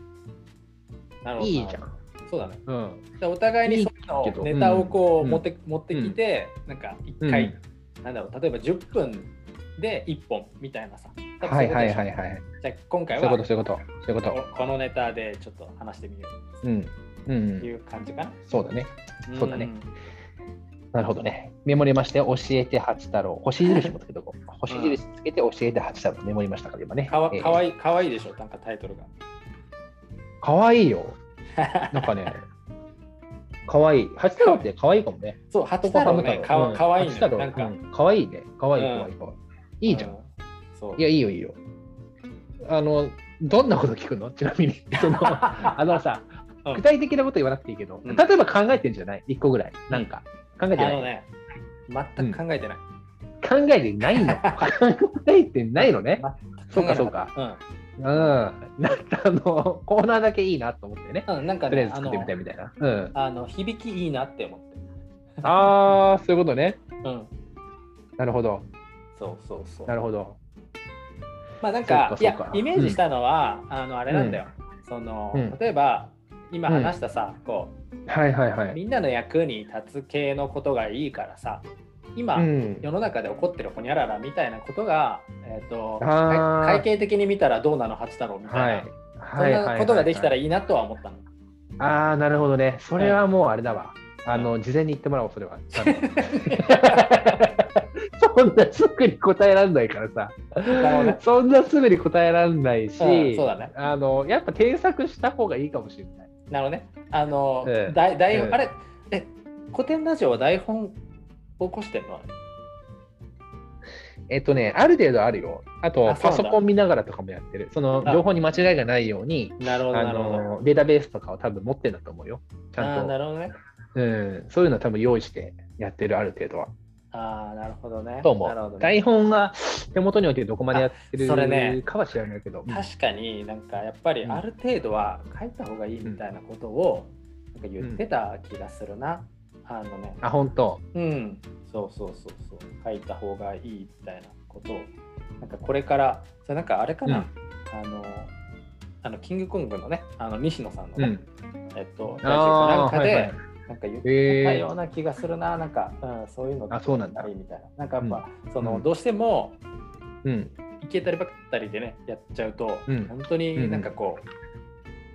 B: なるほ
A: い
B: ど。
A: いじゃ
B: ん。
A: ん
B: そうだね。
A: うん
B: じゃあお互いにそういうの
A: いいけど
B: をネタをこ
A: う
B: うん持って,、持ってきて、なんか一回、なんだろう例えば10分で1本みたいなさ。。
A: うん、はいはいはいはいい
B: じゃあ今
A: そう
B: 回
A: いう
B: は
A: ことそういうことそういうこと
B: ここのネタでちょっと話してみよう
A: うん、う
B: って
A: ん、
B: いう感じかな。
A: そうだね。そうだね
B: ん
A: なるほどね。メモりまして、教えて八太郎。星印もつけとこ う。星印つけて、教えて八太郎。メモりましたから、今ね。
B: かわ
A: えー
B: かわいいかわいいでしょ、なんかタイトルが。
A: かわいいよ。なんかね、かわいい。八太郎ってかわいいかもね。
B: そう、八太郎ね、かわかわいい
A: うんん
B: だ
A: 八太郎
B: よ。なんか、
A: うんかわいいね。かわいい、
B: う
A: か
B: ん
A: わいい、かわいい。いいじゃん。
B: う。そう
A: い。や、いいよ、いいよ。あの、どんなこと聞くのちなみ に。その、あのさ
B: うん、
A: 具体的なこと言わなくていいけど、
B: うん
A: 例えば考えてんじゃない一個ぐらい。なんか。考えて
B: あ
A: ない。
B: のね、全く考えてない。
A: 考えてない の。考えてないのね。そうか、そうか。
B: か。
A: うん。なんかあの、コーナーだけいいなと思ってね。
B: うん。うん、なんか
A: とりあえ
B: ね、
A: ず
B: あ
A: 作ってみたい
B: の、
A: みたいな。うん。
B: あの響きいいなって思って。
A: ああ、そういうことね。
B: うん。
A: なるほど。
B: そうそうそう
A: な。るほど。
B: まあなん
A: そうか
B: かい
A: そう
B: や
A: か
B: イメージしたのは、あのあれなんだよ、その
A: うん
B: 例えば今話したさ、こ
A: はいはいは
B: う
A: い。
B: みんなの役に立つ系のことがいいからさ今、
A: うん
B: 世の中で起こってるほにゃららみたいなことが、えー、と
A: あー
B: 会会計的に見たらどうなの八太郎みたいな、
A: はい。
B: そんなことができたら
A: い
B: いいなとは思ったの。
A: い。ああ、なるほどね。それはもうあれだわ。あの、事前に言ってもらおう、それは。ちゃん とそんなすぐに答えられないからさ。
B: なるほどね
A: そんなすぐに答えられないし、
B: うんそうだね
A: あの、やっぱ添削した方がいいかもしれない。
B: なるほどねあの、
A: ええ
B: だい台
A: え
B: 本
A: え
B: あれえ古典ラジオは台本起こしてるの
A: えっとね、ある程度あるよ。あと
B: あ、そ
A: パ
B: うなんだ
A: ソコン見ながらとかもやってる。その
B: あ
A: 情報に間違いがないように、
B: なるほど
A: あ
B: なるほど。
A: のデータベースとかを多分持ってんだと思うよ。ち
B: あ
A: ゃ
B: ー
A: ん
B: な
A: と。
B: るほどね。
A: うん、そういうの多分用意してやってる、ある程度は。
B: ああ、なるほどね。
A: と思
B: なるほど
A: う。
B: ね
A: 台本が手元に置いてどこまでやって
B: あそれね
A: るかは知らないけど。うん
B: 確かになんかやっぱりある程度は書いた方がいいみたいなことをなんか言ってた気がするな。あのね、
A: あ、本当。
B: うん、そうそうそうそう、書いた方がいいみたいなことを、なんかこれから、それなんかあれかな、あの、あのキングコングのね、あの西野さんの
A: う
B: ね、
A: ん。
B: えっと、ラジオ
A: あ
B: なん
A: あー、
B: か
A: はいは
B: で
A: い、。
B: なんか言ってた
A: へー
B: ような気がするな、なんか、うん、そういうの
A: あそうなんだ
B: いいみたいな。なんかやっぱ、そうの、
A: ん
B: どうしても、
A: うん。
B: いけたりばったりでねやっちゃうと、
A: うん
B: 本当になんかこ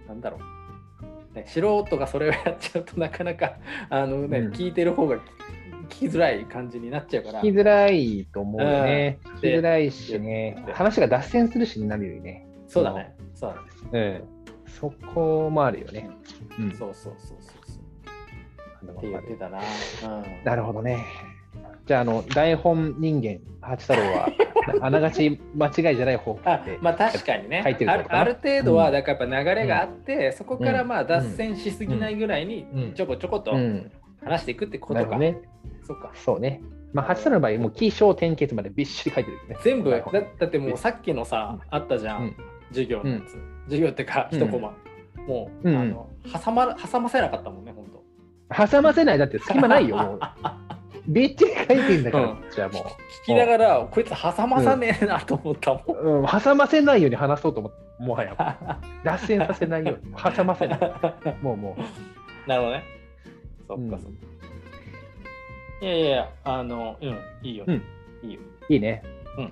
B: う、なんだろう、ね、素人がそれをやっちゃうとなかなか あの、ね
A: うん
B: 聞いてる方が聞きづらい感じになっちゃうから
A: 聞きづらいと思うよね。
B: ん
A: 聞きづらいしね
B: で。
A: 話が脱線するしになるよね。
B: そうだねそうだね、
A: うん。そこもあるよね。うん。
B: そうそうそうそうそう
A: あの
B: って言ってたな、うん、
A: なるほどね。じゃあ、あの、台本人間、八太郎 は、あながち間違いじゃない方向
B: あ
A: で。
B: まあ確かにね
A: 書いてる
B: あ
A: ってこと
B: る
A: かな
B: ある程度は
A: うん
B: だからやっぱ流れがあって、そこからまあ
A: うん
B: 脱線しすぎないぐらいに
A: うん
B: ちょこちょこと
A: うん。
B: 話していくってこ
A: な
B: と
A: るほ
B: か、
A: どね。
B: そうか
A: そうね。まあ、八太郎の場合、もう、起承転結までびっしり書いてるよね。
B: 全部だ
A: 台本
B: だってもうさっきのさあったじゃん、
A: うん
B: 授業のやつ、授業ってか
A: うん
B: 一コマ、もう、
A: うん
B: あの挟まら挟ませなかったもんね本当
A: 挟ませないだって隙間ないよ もうびっちり書いてんだから、
B: う
A: じゃあも
B: 聞きながらこいつ挟まさねえなと思ったもん、
A: う、うん、挟ませないように話そうと思ってもはや脱線させないように挟ませないもうも
B: なるほどねそっかそっか、いやいやいやあのうんいいよ、
A: うん
B: いいよ
A: ういいね、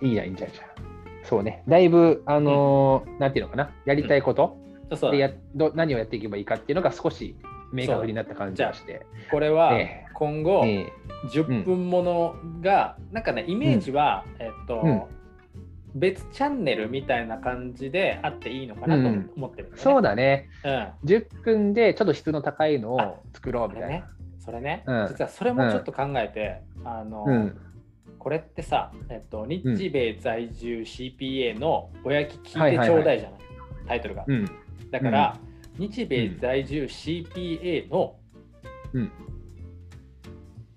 B: う
A: いいやいいんじゃんじゃあそうねだいぶあのーなんていうのかなやりたいこと、
B: そう
A: で
B: だ
A: やど何をやっていけばいいかっていうのが少し明確になった感じがして、
B: これは
A: ええ
B: 今後、
A: え
B: 10分ものが、なんかねイメージは、えっと、
A: うん
B: 別チャンネルみたいな感じであっていいのかなと
A: うん
B: 思ってる
A: え
B: んだよね、
A: そうだね
B: うん
A: 10分でちょっと質の高いのを作ろうみ
B: それ
A: たい
B: ね
A: な、
B: それね、
A: うん
B: 実はそれもちょっと考えて、あの
A: うん
B: これってさ、えっと、日
A: うん
B: 米在住 CPA の「親聞
A: は
B: 聞い
A: い
B: て
A: はい
B: ち
A: はい
B: ょうだい」じゃない,、タイトルが。
A: うん
B: だから、日米在住 CPA の
A: うん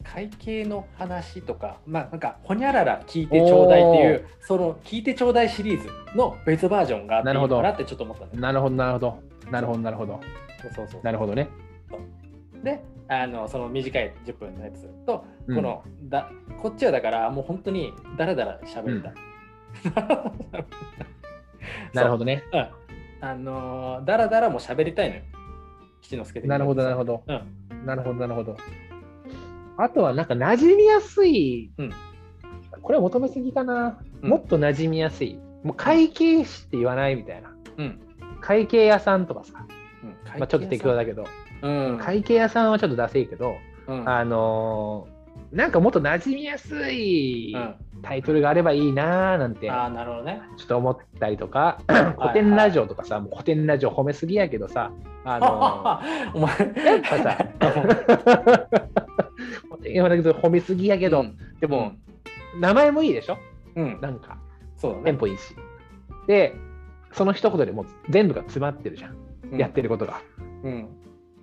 B: 会計の話とか、まあなんか、ほにゃらら聞いてちょうだいっていう、その聞いてちょうだいシリーズの別バージョンがあっていいのかなってちょっと思ったんだよ。
A: なるほどなるほどなるほどなるほど
B: そうそう
A: なるほどね
B: であのその短い10分のやつと、
A: うん
B: このだこっちはだからもう本当にだらだら喋った、
A: なる ほどね
B: うん、あのーだらだらも喋りたいのよ七之助的に
A: なるほど、なるほど。
B: うん
A: なるほど、なるほど。あとは、なんか、馴染みやすい。
B: うん
A: これは求めすぎかな。
B: うん
A: もっと馴染みやすい。もう会計士って言わないみたいな。
B: うん
A: 会計屋さんとかさ、
B: うん
A: まあ、ちょっと適当だけど、
B: うん
A: 会計屋さんはちょっとダセいけど、
B: うん
A: あのーなんかもっと馴染みやすい
B: うん
A: タイトルがあればいいなーなんて、
B: ああ、なるほどね。
A: ちょっと思ったりとか、古典ラジオとかさ、もう古典ラジオ褒めすぎやけどさ、あ の
B: お前、
A: ー、やっぱ さ、古典ラジオ褒めすぎやけど、
B: うん、
A: でも、名前もいいでしょ
B: うん、
A: なんか、
B: そう
A: テ
B: だ
A: ン
B: ね。
A: ポいいし。で、その一言でもう全部が詰まってるじゃん、
B: うん
A: やってることが。
B: うん、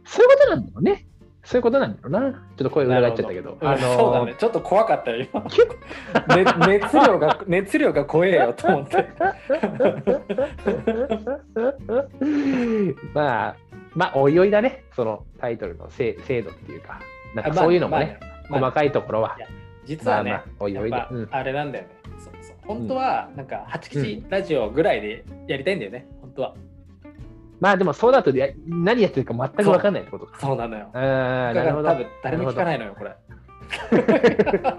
A: そういうことなんだろうね。そういうことなんだろうな。ちょっと声裏返っちゃったけど。
B: なるほどうん そうだね。ちょっと怖かったよ、今。 ね熱量が、熱量が怖えよと思って。
A: まあ、まあ、おいおいだね。そのタイトルのせい精度っていうか、なんか そういうのもね、
B: まあまあ
A: 細かいところは。
B: 実
A: ま
B: は
A: あ
B: ね、
A: まあ、おい
B: や
A: お
B: っ
A: いで
B: ぱ。
A: うん
B: あれなんだよね。そうそう本当は、なんか、八吉ラジオぐらいでやりたいんだよね、本当は。
A: まあ、でもそうだとや何やってるか全く分かんないってことか。
B: そうなのよ。
A: あー
B: だか
A: なる
B: ら
A: ほ
B: 多
A: ど。
B: 分、誰も聞かないのよ、これ。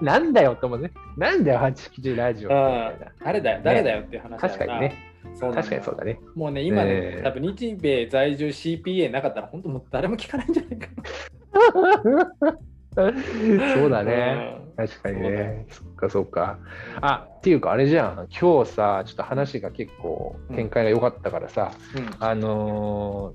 A: なんだよと思うね。なんだよ、八吉ラジオみたいな。
B: 誰だよ、誰だよっていう話だよ
A: 確かにね。
B: な。そうなん
A: 確か
B: だよ
A: にそうだね。
B: もうね、今ね、
A: えー
B: 多分日米在住 CPA なかったら、本当もう誰も聞かないんじゃないかな。
A: そうだね。確かに
B: そうだよ
A: ね。そっかそっか。あっていうかあれじゃん今日さちょっと話が結構展開が良かったからさ、
B: うん。
A: あの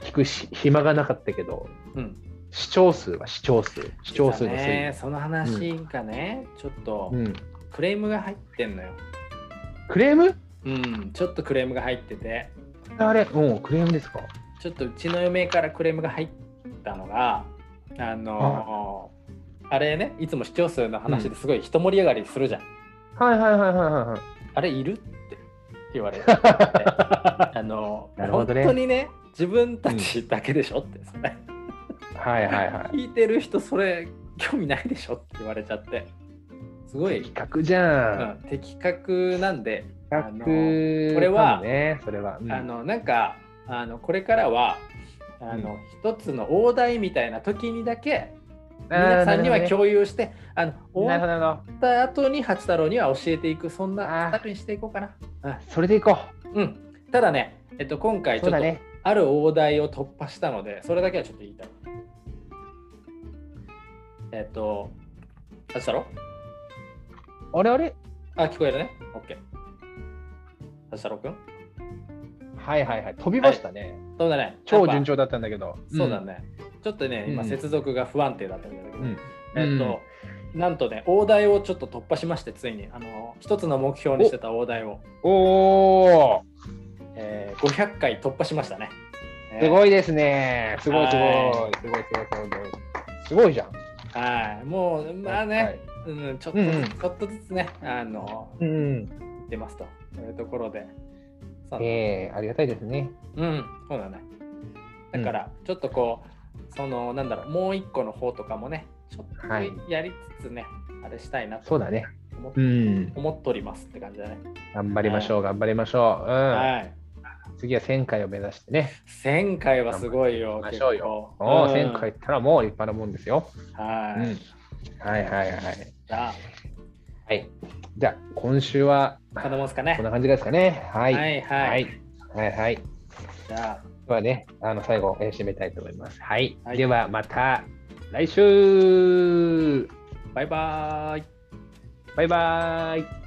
A: ー聞くし暇がなかったけど
B: うん。うん
A: 視聴数は視聴数視聴数
B: 実
A: の
B: は
A: 数、
B: ね、その話がね、ちょっと
A: うん、
B: クレームが入ってんのよ。
A: クレーム
B: うん、ちょっとクレームが入ってて、
A: あれうんクレームですか
B: ちょっとうちの嫁からクレームが入ったのが、あのーあれね、いつも視聴数の話ですごい人盛り上がりするじゃん。
A: はいはいはいはいはいはい
B: あれいるって 言われてあの
A: なるほどね
B: 本当にね自分たちだけでしょって、それ
A: はいはいはい
B: 聞いてる人それ興味ないでしょって言われちゃってすごい、
A: 企画じゃ、
B: うんん、的確なんで、あの
A: 企画
B: これは
A: かもねそれは、うん
B: あのなんかあのこれからはあの、一つの大台みたいな時にだけ皆さんには
A: 日
B: 共有して、あの終
A: なる
B: わ
A: ほどなるほど
B: った後に八太郎には教えていくそんな
A: あー
B: スタイルにしていこうかな。
A: それでいこ
B: うん、ただね、えっと、今
A: う
B: 回ち
A: そ
B: ょ
A: う
B: っ
A: だ
B: と、
A: ね
B: ある大台を突破したので、それだけはちょっと言いたい。えっと、あしたろ
A: あれあれ
B: あ、聞こえるね。OK。あしたろくん
A: はいはいはい飛びましたね、
B: そうだね。
A: 超順
B: 調。
A: 調だったんだけど。
B: そうだね。ちょっとね、今、
A: うん
B: 接続が不安定だったんだけど、
A: うん。
B: えっと、なんとね、大台をちょっと突破しまして、ついに、あの、一つの目標にしてた大台を、
A: うん。おお、
B: えー、500回突破しましたね。
A: す
B: い。
A: ごいですね。すごいすごい
B: は。
A: すごいすごいすごい。すごいじゃん。
B: はい。もう、まあね、
A: はい。
B: うん、ちょっと
A: うんう
B: ず
A: ん
B: つ、ちょっとずつね、あの、
A: うん。
B: 出ますというところで。そうだ
A: ええ、ありがたいですね。
B: うん、そうだね。だから、ちょっとこう、その、なんだろう、もう一個の方とかもね、ちょっ
A: はい
B: とやりつつね、あれしたいなと
A: そう
B: 思っ
A: だね。うん。
B: 思っておりますって感じだね。
A: 頑張りましょう。頑張りましょう。うん。
B: はい。
A: 次は1000回を目指してね。
B: 1000回はすごいよ。
A: 頑張り
B: 結
A: ましょう
B: 構。
A: おお、
B: うん
A: 1000回いったらもう立派なもんですよ。う
B: はい。
A: ん。はいはいはい。
B: じゃあ、
A: はい。じゃあ、今週は
B: こんなもんすかね
A: こん。な感じですかね。は。
B: はいい
A: は
B: はいい。。
A: はいはい。
B: じゃ
A: ではね、あの最後、えー締めたいと思います。はい。
B: はい
A: ではまた来週
B: あ、バイバーイ。
A: バイバイ